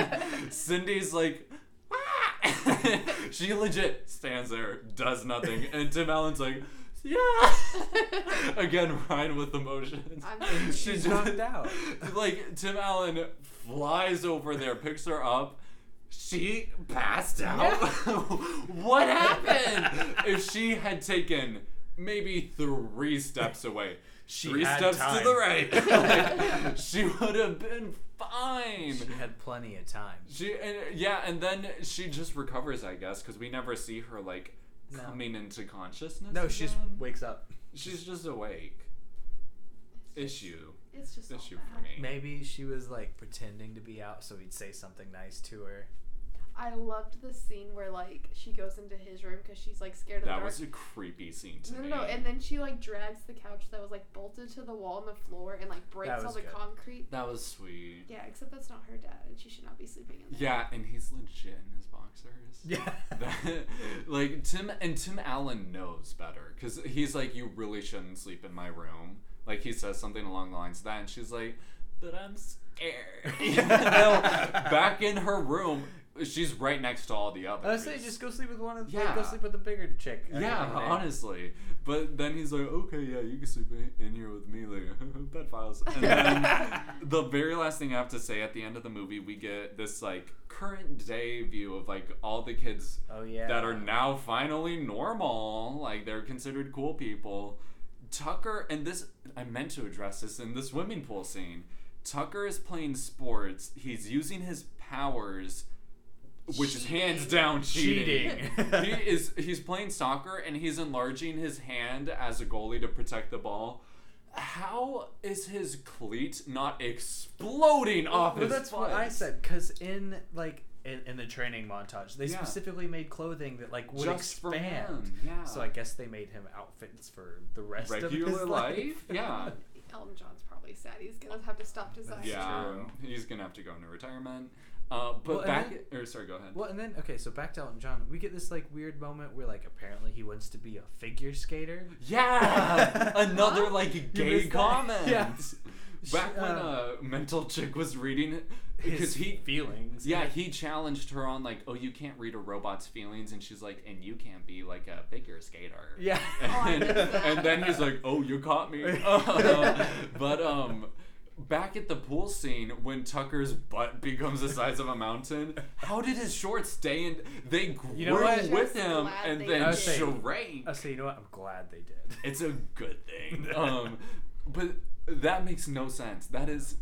then Cindy's like. "Ah!" she legit stands there, does nothing, and Tim Allen's like, "Yeah." Again, Ryan with emotions. I'm sorry. She She's just- knocked out. like Tim Allen flies over there, picks her up. She passed out. what happened? if she had taken maybe three steps away, She three had steps time. to the right, like, she would have been fine. She had plenty of time. She and, yeah, and then she just recovers, I guess, because we never see her like No. coming into consciousness. No, she just again. wakes up. she's just awake. Issue, It's just all issue bad. for me. Maybe she was like pretending to be out so he'd say something nice to her. I loved the scene where like she goes into his room because she's like scared of the That dark. was a creepy scene to no, me. no, no. And then she like drags the couch that was like bolted to the wall and the floor and like breaks all was the good. concrete. that was sweet. Yeah, except that's not her dad, and she should not be sleeping in there. Yeah, and he's legit in his boxers. Yeah. That- like Tim and Tim Allen knows better because he's like, you really shouldn't sleep in my room. Like he says something along the lines of that, and she's like, but I'm scared. Even though back in her room, she's right next to all the others. Honestly, just go sleep with one of the, Yeah. go sleep with the bigger chick. I Yeah, think her name. honestly. But then he's like, okay, yeah, you can sleep in- in here with me, like, bed files. And then the very last thing I have to say at the end of the movie, we get this, like, current day view of, like, all the kids Oh yeah. that are now finally normal. Like, they're considered cool people. Tucker, and this, I meant to address this in the swimming pool scene. Tucker is playing sports, he's using his powers. Which is hands Cheating. down cheating cheating. he is he's playing soccer and he's enlarging his hand as a goalie to protect the ball. How is his cleat not exploding off Well, his that's what I butt? said. Cause in like in, in the training montage, they Yeah. specifically made clothing that like would Just for expand. him, yeah. So I guess they made him outfits for the rest of Regular his life? life. Yeah. Elton John's probably sad. He's gonna have to stop designing. yeah. um, true. He's gonna have to go into retirement. Uh, but Well, and back or sorry, go ahead. Well, and then okay, so back to Elton John, we get this like weird moment where like apparently he wants to be a figure skater. Yeah, another like gay missed that. comment. Yeah. Back when uh, uh, mental chick was reading it, because His he feelings. Yeah, he challenged her on like, "Oh, you can't read a robot's feelings," and she's like, "And you can't be like a figure skater." Yeah. Oh, I And, missed that. and then he's like, "Oh, you caught me." but um, back at the pool scene when Tucker's butt becomes the size of a mountain, how did his shorts stay in? They grew You know what? with Just him glad and they then did. shrank. Oh, so you know what? I'm glad they did. It's a good thing. Um, but that makes no sense. That is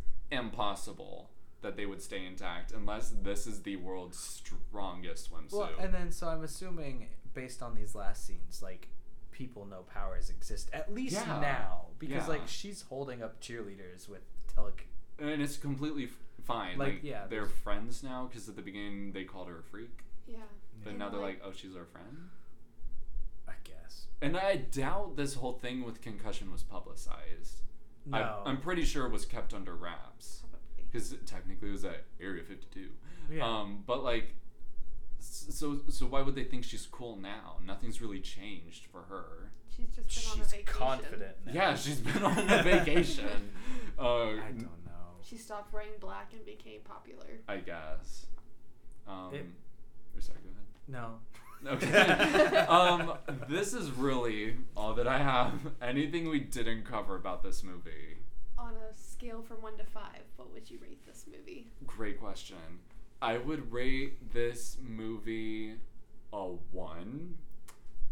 impossible that they would stay intact unless this is the world's strongest swimsuit. Well, and then so I'm assuming based on these last scenes, like people know powers exist at least Yeah. now because Yeah. like she's holding up cheerleaders with tele. and, it's completely f- fine. Like, Like, yeah, they're there's- friends now because at the beginning they called her a freak, Yeah. but And, now they're like, like- oh, she's our friend. I guess And I doubt this whole thing with concussion was publicized. no. I, I'm um, pretty sure it was kept under wraps. Probably. because technically it was at Area 52. Yeah. Um, but like, s- so so why would they think she's cool now? Nothing's really changed for her. She's just been on a She's vacation. confident. Now. Yeah, she's been on a vacation. uh, I don't know. She stopped wearing black and became popular. I guess. Um, It- or sorry, go ahead. No. Okay. um, this is really all that I have. Anything we didn't cover about this movie. On a scale from one to five, what would you rate this movie? Great question. I would rate this movie a one,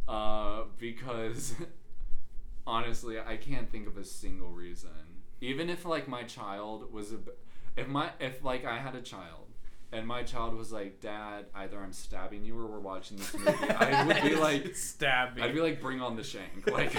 uh, because honestly, I can't think of a single reason. Even if like my child was a, b- if my if like I had a child and my child was like, Dad, either I'm stabbing you or we're watching this movie, I would be like, stab me. I'd be like, bring on the shank. Like,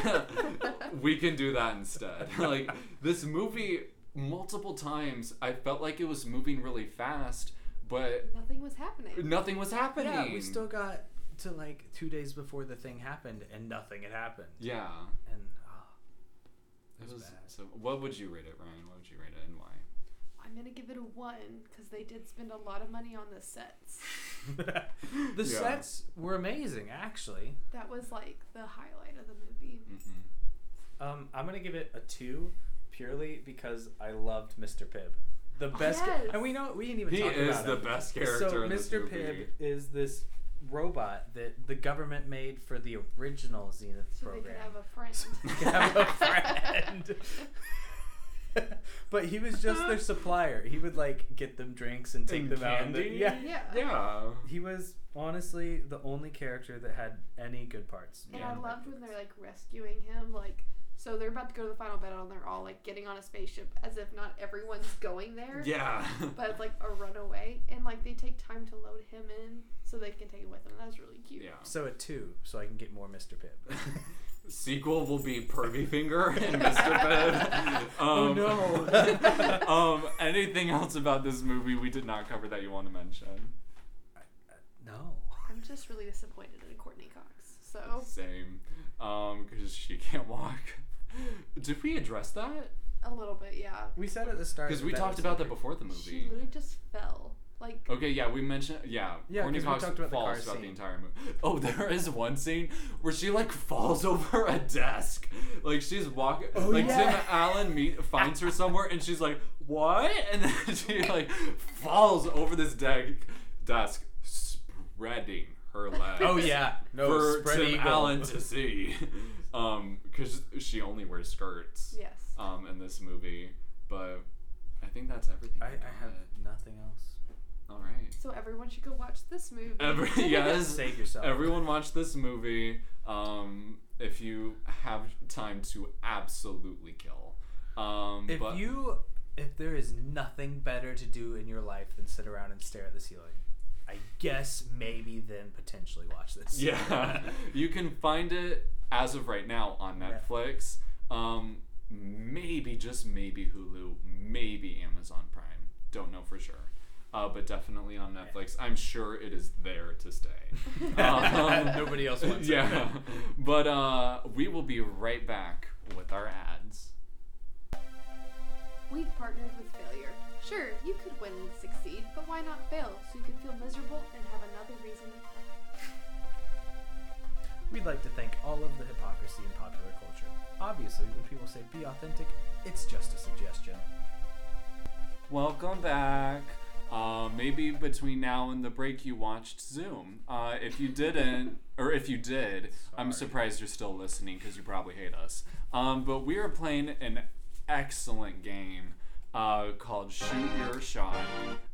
we can do that instead. like, this movie, multiple times, I felt like it was moving really fast, but Nothing was happening. nothing was happening. yeah, we still got to like two days before the thing happened, and nothing had happened. Yeah. And oh, It It was, was bad. so, what would you rate it, Ryan? What would you rate it and why? I'm gonna give it a one because they did spend a lot of money on the sets. Yeah. the sets were amazing, actually. That was like the highlight of the movie. Mm-hmm. Um, I'm gonna give it a two, purely because I loved Mr. Pibb, the Oh, best. yes. and we know we didn't even. He talk is about the him. best character So in this Mr. movie. Pibb is this robot that the government made for the original Zenith So program. they could have a friend. they could have a friend. but he was just their supplier. He would like get them drinks and take And them out. and candy? they- yeah. yeah. Yeah. He was honestly the only character that had any good parts. And Yeah. I loved when they're like rescuing him, like so they're about to go to the final battle and they're all like getting on a spaceship as if not everyone's going there. Yeah. But it's like a runaway and like they take time to load him in so they can take him with them. That's really cute. yeah. So a two, so I can get more Mr. Pibb. Sequel will be Pervy Finger and Mr. Pibb. Um, Oh, no. um, anything else about this movie we did not cover that you want to mention? just really disappointed in Courtney Cox. So Same. Um, because she can't walk. Did we address that? a little bit, yeah. We said at the start Because we that talked was about that like- before the She movie. Oh. literally just fell. Like Okay, yeah, we mentioned yeah. Yeah, Courtney 'cause we Cox talked about the car falls throughout the scene. entire movie. Oh, there is one scene where she like falls over a desk. Like she's walking. Oh, like yeah. Tim Allen meet, finds her somewhere, and she's like, "What?" And then she like falls over this deck desk, spreading her legs. Oh yeah, no for spread Tim eagle. Allen to see, um, because she only wears skirts, yes. um, in this movie. But I think that's everything. I, I we have nothing else. got. All right. So everyone should go watch this movie. Every yes, Save yourself. Everyone watch this movie. Um, if you have time to absolutely kill. Um, If but you, if there is nothing better to do in your life than sit around and stare at the ceiling, I guess maybe then potentially watch this. yeah, you can find it as of right now on Netflix. Um, maybe just maybe Hulu, maybe Amazon Prime. Don't know for sure. Uh, but definitely on Netflix. I'm sure it is there to stay. Um, Nobody else wants it. yeah. But uh, we will be right back with our ads. We've partnered with failure. Sure, you could win and succeed, but why not fail so you could feel miserable and have another reason to cry? We'd like to thank all of the hypocrisy in popular culture. Obviously, when people say be authentic, it's just a suggestion. Welcome back. Uh, maybe between now and the break, you watched Zoom. Uh, if you didn't, or if you did, I'm Sorry. surprised you're still listening because you probably hate us. Um, but we are playing an excellent game uh, called Shoot Your Shot.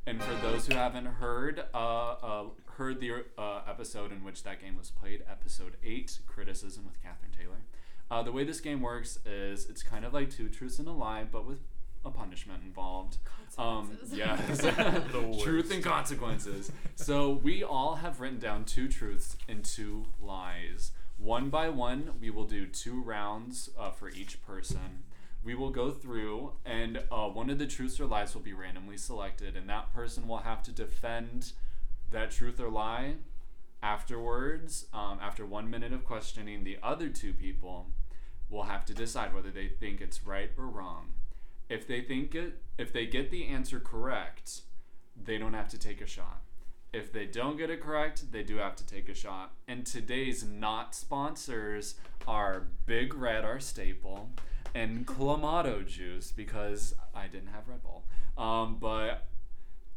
And for those who haven't heard, uh, uh, heard the uh, episode in which that game was played, episode eight, criticism with Catherine Taylor. Uh, the way this game works is it's kind of like two truths and a lie, but with a punishment involved. Um, Consequences. yes. The Truth and consequences. so we all have written down two truths and two lies. One by one, we will do two rounds uh, for each person. We will go through, and uh, one of the truths or lies will be randomly selected, and that person will have to defend that truth or lie afterwards. Um, after one minute of questioning, the other two people will have to decide whether they think it's right or wrong. If they think it, if they get the answer correct, they don't have to take a shot. If they don't get it correct, they do have to take a shot. And today's not sponsors are Big Red, our staple, and Clamato Juice because I didn't have Red Bull. Um, but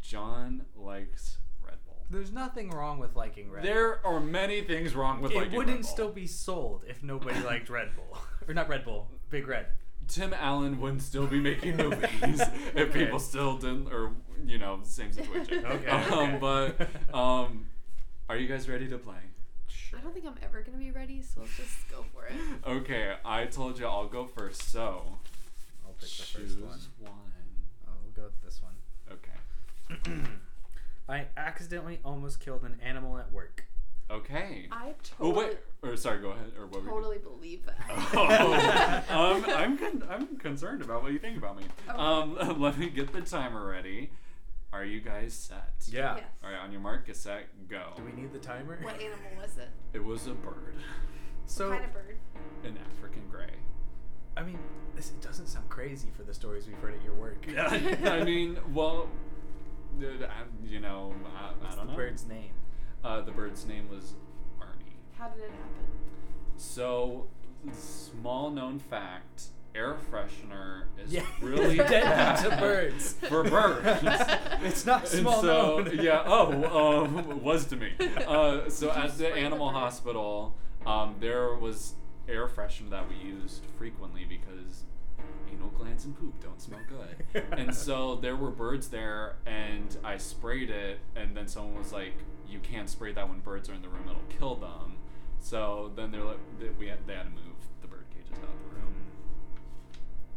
John likes Red Bull. There's nothing wrong with liking Red There are many things wrong with Bull. liking It Red wouldn't Bull. still be sold if nobody liked Red Bull. Or not Red Bull, Big Red. Tim Allen wouldn't still be making movies if people still didn't, or you know, same situation. Okay, Um, okay. But um, are you guys ready to play? I don't think I'm ever gonna be ready, so let's just go for it. Okay, I told you I'll go first. So I'll pick the choose first one. I'll go with this one. Okay. I accidentally almost killed an animal at work. Okay. I Oh totally, wait. Or sorry. Go ahead. Or what were you? totally believe that. Oh, um, I'm con- I'm concerned about what you think about me. Okay. Um, let me get the timer ready. Are you guys set? Yeah. yes. All right. On your mark, get set, go. Do we need the timer? What animal was it? It was a bird. So, kind of bird? An African gray. I mean, this it doesn't sound crazy for the stories we've heard at your work. I mean, well, dude, I, you know, I, I What's don't the know. bird's name? Uh, the bird's name was Arnie. How did it happen? So, small known fact air freshener is Yeah. really Deadly bad to birds. For birds. It's not And small so, known. yeah, oh, um, was to me. Uh, so, at the Spray the animal bird. hospital, um, there was air freshener that we used frequently because anal glands and poop don't smell good. and so, there were birds there, and I sprayed it, and then someone was like, You can't spray that when birds are in the room, it'll kill them. So then they're like, they, we had, they had to move the bird cages out of the room.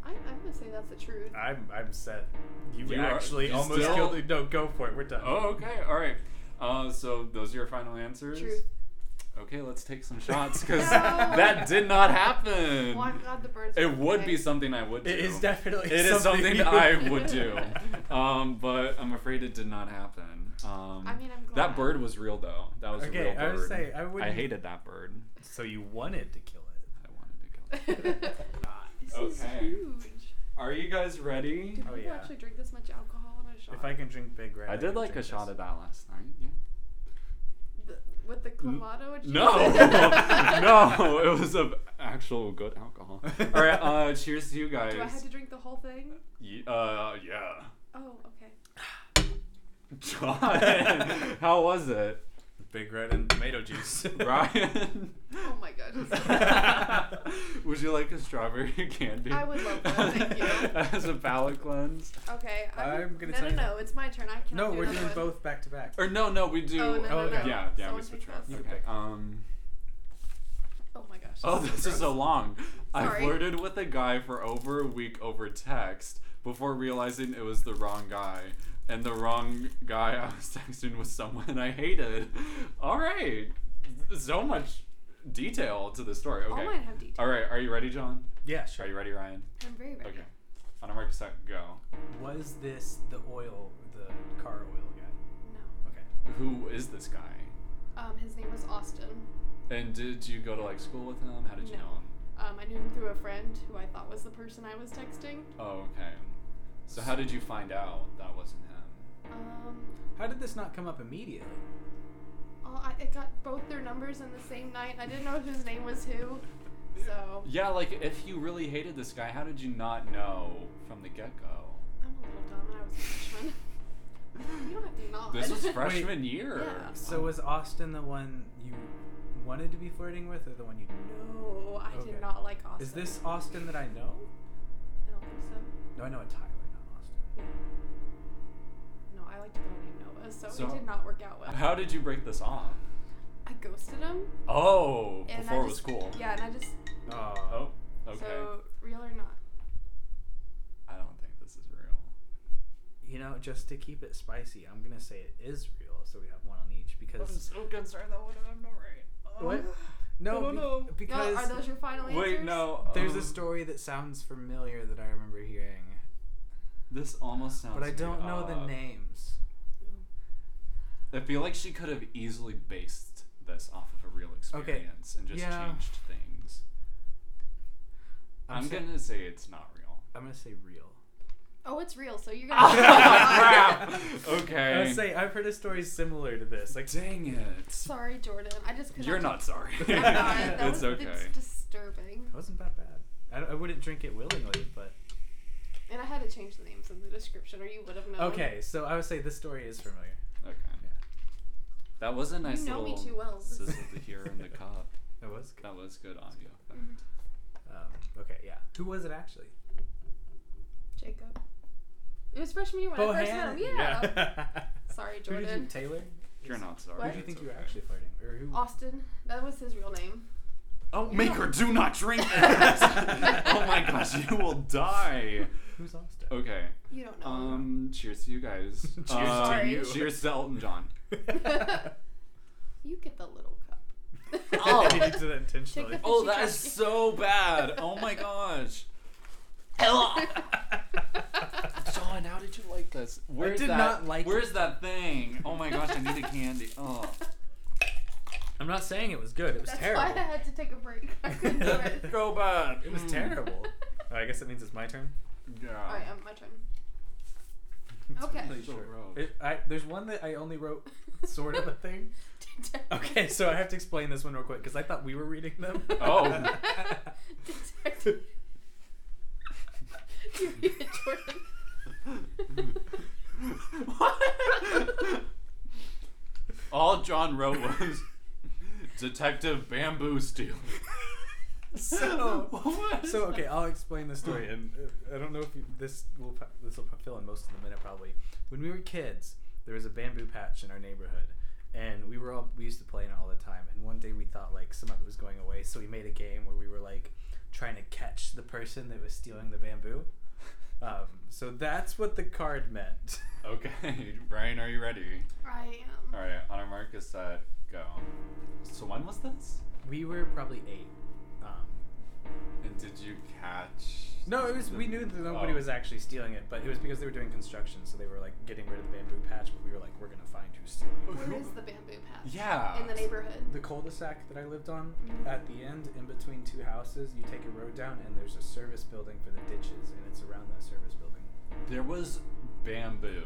I, I'm gonna say that's the truth. I'm I'm set. You, You are- actually you almost still- killed. No, go for it. We're done. Oh, okay, all right. Uh, so those are your final answers. Truth. Okay, let's take some shots because No. that did not happen. Well, I'm glad the birds. It were would okay. be something I would do. It is definitely. It is something you- Um, I would do. Um, but I'm afraid it did not happen. Um, I mean, I'm glad. that bird was real though. That was a Okay, real I bird. would say I would. I hated that bird. So you wanted to kill I it? wanted to kill it. this is Okay. huge. Are you guys ready? Do Oh, people yeah. actually drink this much alcohol in a shot? If I can drink Big Red, I did can like a drink shot this. of that last night. Yeah. The, with the clamato? and shit? No, no, it was of actual good alcohol. All right, uh, cheers to you guys. Do I have to drink the whole thing? Ye- uh, yeah. Oh, okay. John, how was it, Big Red and tomato juice. Ryan? Oh my goodness. would you like a strawberry candy? I would love one, thank you. As a palate cleanse? Okay. I'm, I'm gonna no, no, tell you- no. It's my turn. I cannot no, do we're another doing one. both back to back. Or no, no, we do. Oh, no, no, Oh, okay. no. Yeah, yeah, we Someone switch pick around. this. Okay. Um. Oh my gosh. Oh, this is so gross. long. I Sorry. flirted with a guy for over a week over text before realizing it was the wrong guy. And the wrong guy I was texting was someone I hated. All right. So much detail to the story. All Okay. mine have details. All right. Are you ready, John? Yeah, Are sure. you ready, Ryan? I'm very ready. Okay. On a mark, set, go. Was this the oil, the car oil guy? No. Okay. Who is this guy? Um, his name was Austin. And did you go to like school with him? How did you No. know him? Um, I knew him through a friend who I thought was the person I was texting. Oh, okay. So how did you find out that wasn't him? Um, How did this not come up immediately? all, I, I got both their numbers in the same night. I didn't know whose name was who. So Yeah, like if you really hated this guy, how did you not know from the get go? I'm a little dumb and I was a freshman. you don't have to nod. This was freshman year. Yeah. So was Austin the one you wanted to be flirting with, or the one you? No, I Okay. did not like Austin. Is this Austin that I know? I don't think so. No, I know a Tyler, not Austin. Yeah. No, I liked a guy named Noah, so, So- it did not work out well. How did you break this off? I ghosted him. Oh, And before I it was just, cool. Yeah, and I just Oh. Oh, okay. so real or not. I don't think this is real. You know, just to keep it spicy, I'm gonna say it is real, so we have one on each because so concerned that would have been right. What? no, I don't be- know. because no, are those your final answers? Wait, no. there's a um, story that sounds familiar that I remember hearing, This almost sounds. but I don't made know the up. names. I feel like she could have easily based this off of a real Okay. experience and just Yeah. changed things. I'm, I'm sa- gonna say it's not real. I'm gonna say real. Oh, it's real. So you're gonna. Crap. Okay. I would say I've heard a story similar to this. Like, Dang it. Sorry, Jordan. I just could You're not sorry. I'm not. That it's was okay. It's disturbing. It wasn't that bad. I, I wouldn't drink it willingly, but And I had to change the names in the description, or you would have known. okay. So I would say this story is familiar. Okay. That was a nice you know little me too well. This sizzle is- to hear in the cup. It was. good. That was good audio. Mm-hmm. Um, okay, yeah. Who was it actually? Jacob. It was freshman year when I first met him. Yeah. Sorry, Oh, Who did you, Jordan. Taylor? You're not sorry. Who What? did you it's think you were okay. actually flirting, or who? Austin. That was his real name. Oh, Yeah. Maker, do not drink this! oh my gosh, you will die. Who's Austin? Okay. You don't know. Um, cheers to you guys. Cheers to Um, you. Cheers to Elton John. you get the little cup. Oh. you did that intentionally. Jacob- Oh, She that drank is it. so bad. Oh my gosh. John, how did you like this? Where's did that, not like Where's that thing? Oh my gosh, I need a candy. Oh, I'm not saying it was good. It was That's terrible. why I had to take a break. I couldn't do it. so bad. It was Mm. terrible. Oh, I guess it means it's my turn. Yeah. Alright, um, my turn. It's Okay. really So short. rogue. It, I, there's one that I only wrote sort of a thing. Okay, so I have to explain this one real quick because I thought we were reading them. Oh. Detective. you read it, Jordan. What? All John wrote was Detective Bamboo Steel. So- What is so okay, that? I'll explain the story, and uh, I don't know if you, this will pa- this will fill in most of the minute probably. When we were kids, there was a bamboo patch in our neighborhood, and we were all we used to play in it all the time. And one day we thought like some of it was going away, so we made a game where we were like trying to catch the person that was stealing the bamboo. Uh, Um, so that's what the card meant. Okay, Brian, are you ready? I am. All right, on a mark, is set, go. So when was this? We were probably eight. Um, And did you catch No, it was we knew that nobody Oh. was actually stealing it, but it was because they were doing construction, so they were like getting rid of the bamboo patch. But we were like, we're gonna find who's stealing it. Where is the bamboo patch? Yeah. In the neighborhood. The cul-de-sac that I lived on, at the end, in between two houses, you take a road down, and there's a service building for the ditches, and it's around that service building. There was bamboo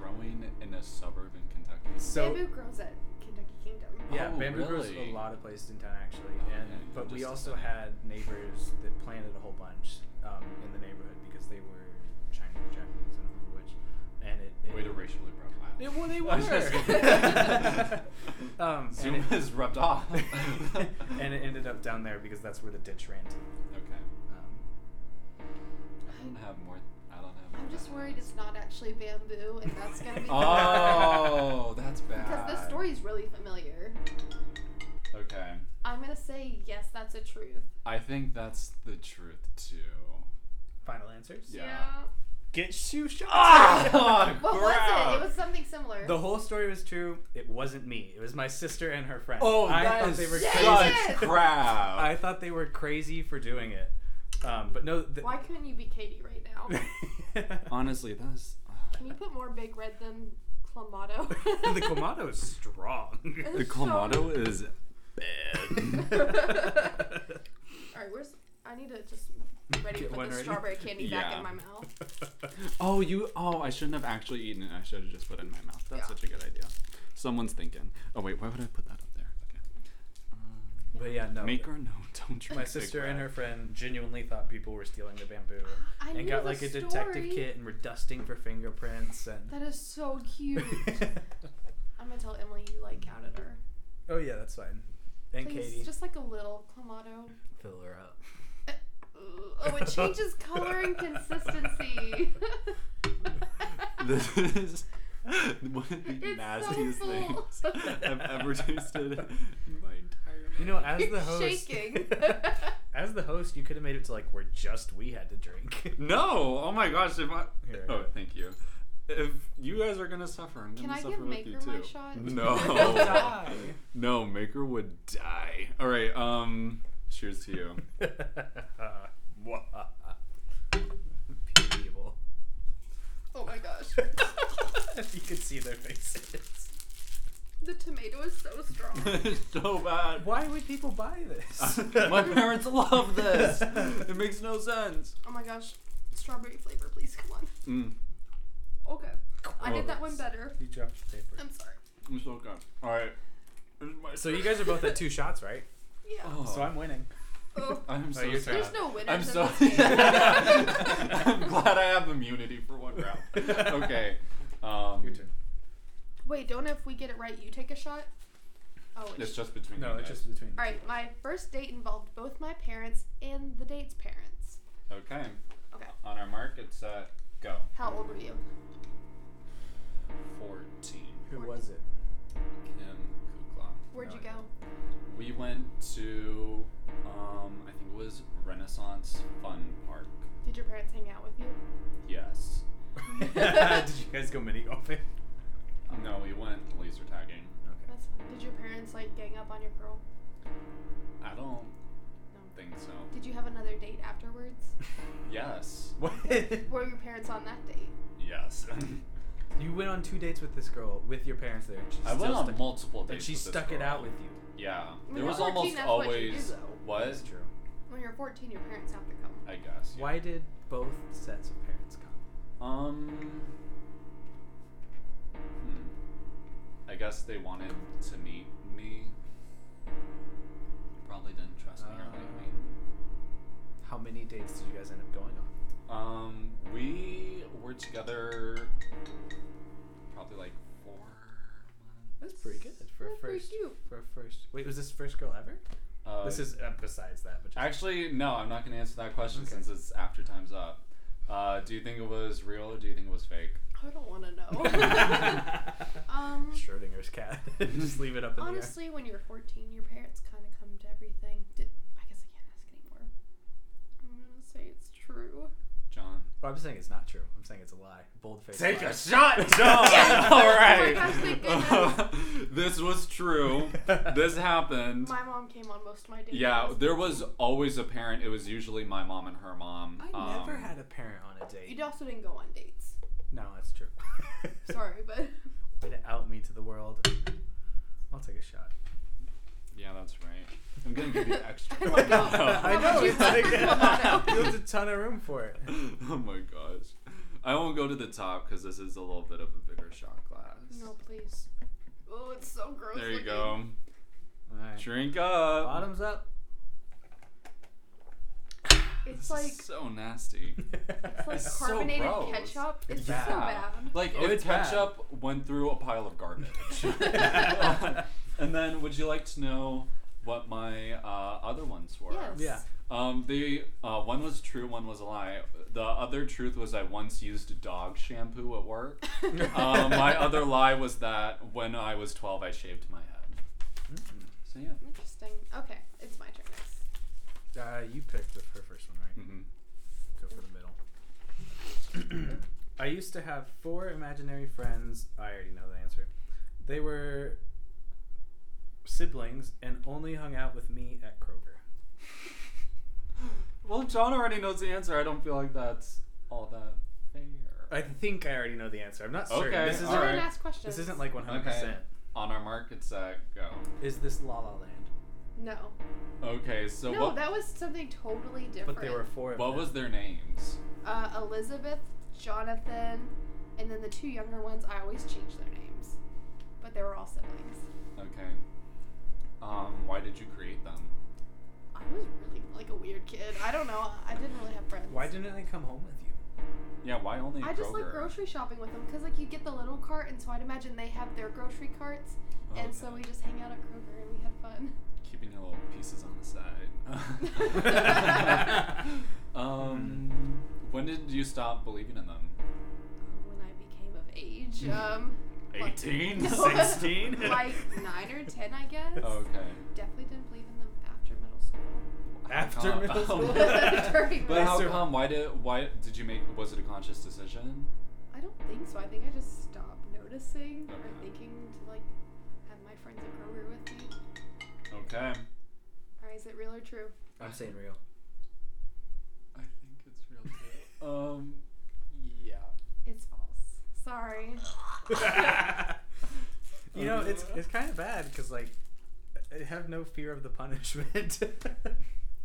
growing in a suburb in Kentucky. So bamboo grows at Kentucky Kingdom. yeah, Oh, bamboo grows really? a lot of places in town actually, Oh, and okay. but we Just- also had neighbors that planted a whole bunch um, in the neighborhood because they were Chinese, or Japanese, I don't remember which, and it, it Way to racially profile. Yeah, well, they I was just were. kidding. Um, Zoom and it- is rubbed off. and it ended up down there because that's where the ditch ran to. Okay. Um, I don't have more. I don't have. More I'm just than worried that. it's not actually bamboo, and that's gonna be Oh, that's bad. because this story's really familiar. Okay. I'm gonna say yes, that's a truth. I think that's the truth too. final answers. Yeah. Get shoe shot. Ah! What was it? Crap. It was something similar. The whole story was true. It wasn't me. It was my sister and her friend. Oh, I that thought is they were such crazy. Yes! crap. I thought they were crazy for doing it. Um, but no. Th- Why couldn't you be Katie right now? Honestly, uh, that's. Can you put more big red than Clamato? the Kamado is strong. It is so- is All right, where's? I need to just ready to Get put one the ready. strawberry candy back Yeah. in my mouth. Oh, you. Oh, I shouldn't have actually eaten it. I should have just put it in my mouth. That's Yeah. such a good idea. Someone's thinking. Oh wait, why would I put that up there? Okay. Um, but yeah, no. Make or no, don't drink. my Big sister Red. and her friend genuinely thought people were stealing the bamboo I and knew got the like a detective story. kit and were dusting for fingerprints and That is so cute. I'm gonna tell Emily you like counted her. oh yeah that's fine and Please, katie just like a little Clamato. fill her up Oh, it changes color and consistency. This is one of the It's so nastiest full. things I've ever tasted in my entire life. you know as the host shaking. as the host you could have made it to like where just we had to drink no! Oh my gosh! If I Here, I oh, got it. thank you. If you guys are gonna suffer, I'm Can gonna I suffer give with Maker you too. my shot? You'll No, die. no, Maker would die. All right, um, cheers to you. People. oh my gosh. if you could see their faces The tomato is so strong. It's so bad. why would people buy this my parents love this. It makes no sense. Oh my gosh. Strawberry flavor, please. Come on. Mm, Okay. I did that one better. you dropped the paper I'm sorry. it's so good. All right. it's my So you turn. guys are both at two shots, right? Yeah. Oh, So I'm winning. Oh. I'm so your turn. sad. There's no winners I'm in so. this game. I'm glad I have immunity for one round. Okay. Um, Your turn. Wait, don't know if we get it right, you take a shot? Oh, it's It's just between. No, you it's guys. just between. All right, my first date involved both my parents and the date's parents. Okay. Okay. On our mark, it's uh, go. How old were you? Fourteen. Who was it? Kim Kukla. Where'd No you idea. go? We went to, um, I think it was Renaissance Fun Park. Did your parents hang out with you? Yes. Did you guys go mini golfing? No, we went laser tagging. That's fun. Did your parents like gang up on your girl? I don't No. think so. Did you have another date afterwards? Yes. What? Were your parents on that date? Yes. you went on two dates with this girl with your parents there. And she I still went on stuck, multiple dates. And she with this stuck it girl. out with you. Yeah. When There you're was 14, always that's what you do, always though. was true. When you're 14, your parents have to come. I guess. yeah. Why did both sets of parents come? Um. Hmm. I guess they wanted to meet me. Probably didn't trust me or like me. How many dates did you guys end up going on? Um, we were together probably like four months. That's pretty good for a That's pretty first. cute. For a first. Wait, was this first girl ever? Uh, this is uh, besides that, but just actually no. I'm not gonna answer that question Okay. since it's after time's up. Uh, do you think it was real or do you think it was fake? I don't want to know. um, Schrodinger's cat. Just leave it up in honestly, when you're 14, your parents kind of come to everything. Did, I guess I can't ask anymore. I'm gonna say it's true. John. the air. Well, I'm saying it's not true. I'm saying it's a lie. Bold face. Take lie. a shot, John. All Oh my right. gosh, thank goodness. this was true. this happened. My mom came on most of my days. Yeah, there was always a parent. It was usually my mom and her mom. I never Um, had a parent on a date. You also didn't go on dates. No, that's true. Sorry, but Way to out me to the world. I'll take a shot. Yeah, that's right. I'm gonna give you extra. Oh my God. I How know. about you It's like, Clamato? you left a ton of room for it. oh my gosh. I won't go to the top because this is a little bit of a bigger shot glass. no, please. Oh, it's so gross. There you looking. go. All right. Drink up. Bottoms up. This It's is like so nasty. it's like so carbonated gross. ketchup. It's It's, bad. so bad. Like Oh, if it's bad. ketchup went through a pile of garbage. and then, would you like to know what my uh, other ones were? Yes. Yeah. Um, the uh, one was true, one was a lie. The other truth was I once used dog shampoo at work. um, my other lie was that when I was 12, I shaved my head. So yeah. Interesting. Okay, it's my turn next. Uh, you picked the her first one, right? hmm Mm. Go for the middle. I used to have four imaginary friends. I already know the answer. They were siblings and only hung out with me at Kroger. Well, John already knows the answer. I don't feel like that's all that fair. I think I already know the answer. I'm not certain. Okay, This all isn't We're right. gonna ask questions. this isn't like 100. percent On our mark, it's uh, go. Is this La La Land? no. Okay, so no, what? that was something totally different. But there were four. Of What them. was their names? uh, Elizabeth, Jonathan, and then the two younger ones. I always change their names, but they were all siblings. Okay. Um, why did you create them? I was really like a weird kid. I don't know. I didn't really have friends. Why didn't they come home with you? Yeah, why only I just like Kroger? grocery shopping with them because like you get the little cart, and so I'd imagine they have their grocery carts, and so Oh, Okay. we just hang out at Kroger and we had fun. keeping your little pieces on the side. um, when did you stop believing in them? Um, When I became of age, um, Like- 18? No. 16? like nine or ten, I guess. Oh, okay. Definitely didn't believe in them after middle school. After How middle come? school? During but middle how school. come? Why did why did you make? Was it a conscious decision? I don't think so. I think I just stopped noticing or Okay. thinking to like have my friends at Kroger with me. Okay. Or is it real or true? I'm saying real. I think it's real. good. um, yeah. It's false. Sorry. you know, it's it's kind of bad because like I have no fear of the punishment.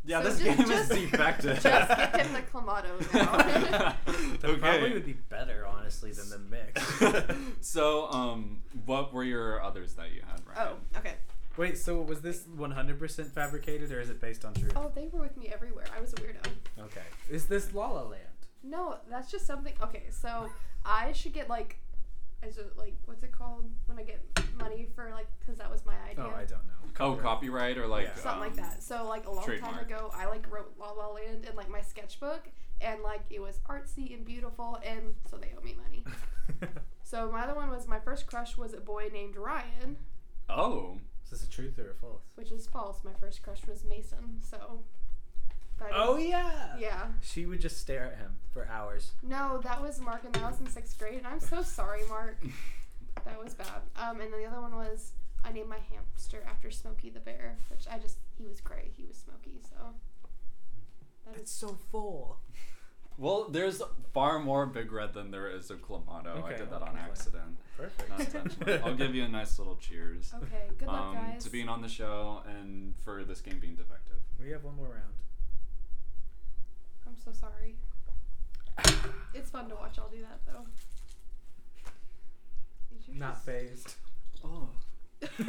Yeah, So this just- game just- is defective. Just get him the clamato now. that okay. probably would be better, honestly, than the mix. so, um, what were your others that you had, Ryan? oh, okay. Wait, so was this 100% fabricated or is it based on truth? Oh, they were with me everywhere. I was a weirdo. Okay. Is this La La Land? No, that's just something. Okay, so I should get like, is it like what's it called when I get money for like because that was my idea. Oh, I don't know. Oh, copyright or like Yeah. something like um, that. So like a long trademark. time ago, I like wrote La La Land in like my sketchbook, and like it was artsy and beautiful, and so they owe me money. so my other one was my first crush was a boy named Ryan, Oh, Is this a truth or a false? which is false. My first crush was Mason. So. but I Oh, didn't- yeah. Yeah. She would just stare at him for hours. No, that was Mark, and that was in sixth grade. And I'm so sorry, Mark. that was bad. Um, and then the other one was I named my hamster after Smokey the Bear, which I just he was gray, he was Smokey, so. That is so full. well, there's far more Big Red than there is of Clamato. I Okay, did well, that on that's fine. accident, Perfect. not intentionally. I'll give you a nice little cheers okay. Oh, Good luck, um, guys. to being on the show and for this game being defective. We have one more round. I'm so sorry. It's fun to watch. I'll do that though. Is yours Not just- phased. Oh.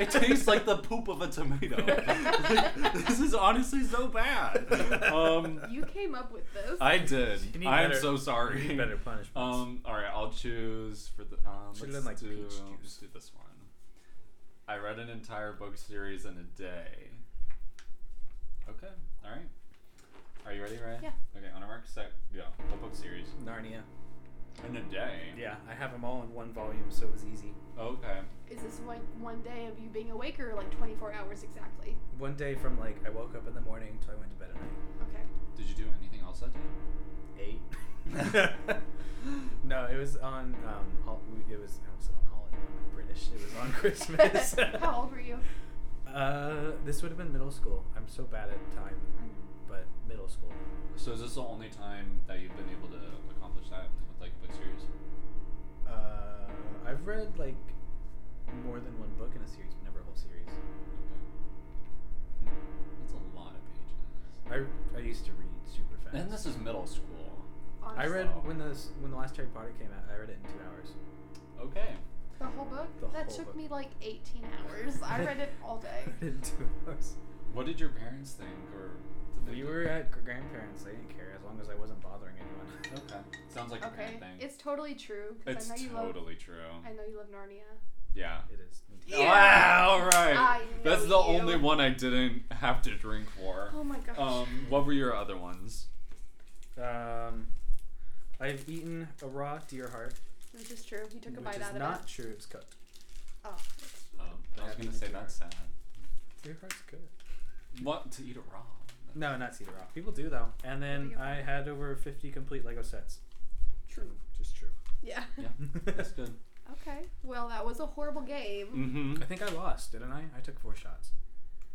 it tastes like the poop of a tomato. Like, this is honestly so bad. Um, You came up with this. I did. You need I'm better- so sorry. We need better punishments. Um. All right. I'll choose for the. Um, Should've let's done, like, do. peach juice. Let's do this one. I read an entire book series in a day. Okay. All right. Are you ready, Ryan? Yeah. Okay. On a mark, set, go. What book series? Narnia. In a day. Yeah, I have them all in one volume, so it was easy. Okay. Is this like one day of you being awake or like 24 hours exactly? One day from like I woke up in the morning until I went to bed at night. Okay. Did you do anything else that day? no, it was on. Um, hol- it was. I almost said on holiday. I'm British. It was on Christmas. How old were you? Uh, this would have been middle school. I'm so bad at time, but middle school. So is this the only time that you've been able to accomplish that with like a book series? Uh, I've read like more than one book in a series, but never a whole series. Okay. That's a lot of pages. I I used to read super fast. And this is middle school. I read Wow. when the s- when the last Harry Potter came out. I read it in two hours. Okay. the whole book. The that whole took book. me like 18 hours. I read it all I day. read it in two hours. What did your parents think, or did they We were at gr- grandparents. They didn't care as long as I wasn't bothering anyone. Okay. Sounds like a Okay, parent thing. it's totally true. 'cause It's I know you love. totally true. I know you love Narnia. Yeah. It is. Yeah. Wow. All right. I That's know the you. only one I didn't have to drink for. Oh my gosh. Um, what were your other ones? Um, I've eaten a raw deer heart, Which is true. He took a which bite is out of not it. true. It's cooked. Oh, Um, I was Happy gonna to say do that's sad. Deer heart's good. What to eat it raw? No, not cedar raw. People do though. And then Pretty good. I had over 50 complete Lego sets. true. Just true. Yeah. Yeah, that's good. Okay. Well, that was a horrible game. Mm-hmm. I think I lost, didn't I? I took four shots.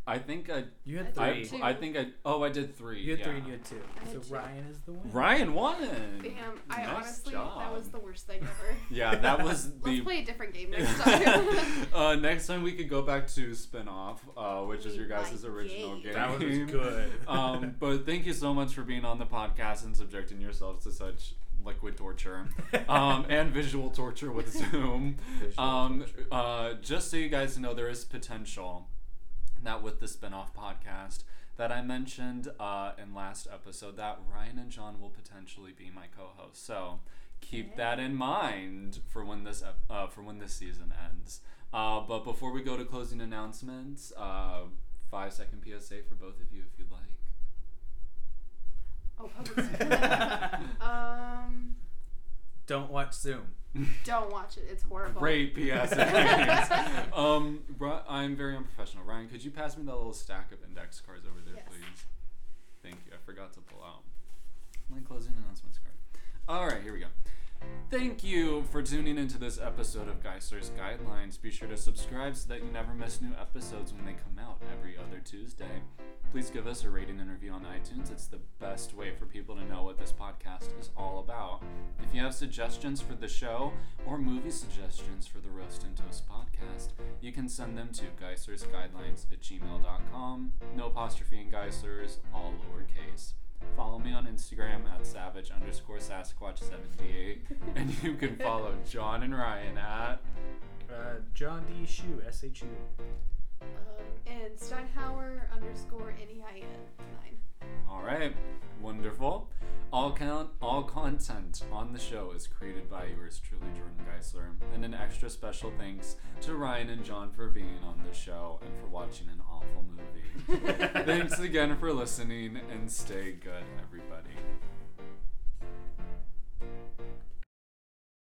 I think I, You I had I, three. did Two. I think I. Oh, I did three. You had yeah. three and you had two. I had so two. Ryan is the winner. Ryan won. Damn. I Mm. Nice honestly, that job. was the worst thing ever. Yeah, that was Let's the. play a different game next time. uh, next time we could go back to spin-off, uh, which is We your guys' like original games. game. That one was good. um, but thank you so much for being on the podcast and subjecting yourselves to such liquid torture um, and visual torture with Zoom. Visual Um, torture. uh, just so you guys know, there is potential that with the spin-off podcast that I mentioned uh, in last episode that Ryan and John will potentially be my co-hosts. So keep that in mind for when this ep- uh, for when this season ends. Uh, but before we go to closing announcements, uh, five second PSA for both of you if you'd like. oh, public school. um, Don't watch Zoom. don't watch it. It's horrible. Great PSA. um, Ri- I'm very unprofessional. Ryan, could you pass me that little stack of index cards over there, Yes. please? Thank you. I forgot to pull out my closing announcements card. All right, here we go. Thank you for tuning into this episode of Geistler's Guidelines. Be sure to subscribe so that you never miss new episodes when they come out every other Tuesday. Please give us a rating and review on iTunes. It's the best way for people to know what this podcast is all about. If you have suggestions for the show or movie suggestions for the Roast and Toast podcast, you can send them to geistersguidelines at gmail.com. No apostrophe in geisters, all lowercase. Follow me on Instagram at savage underscore Sasquatch78. and you can follow John and Ryan at. Uh, John D. Shu, S H U. Um, and Steinhauer underscore N E I N nine. All right, wonderful. All count, all content on the show is created by yours truly, Jordan Geisler, and an extra special thanks to Ryan and John for being on the show and for watching an awful movie. thanks again for listening, and stay good, everybody.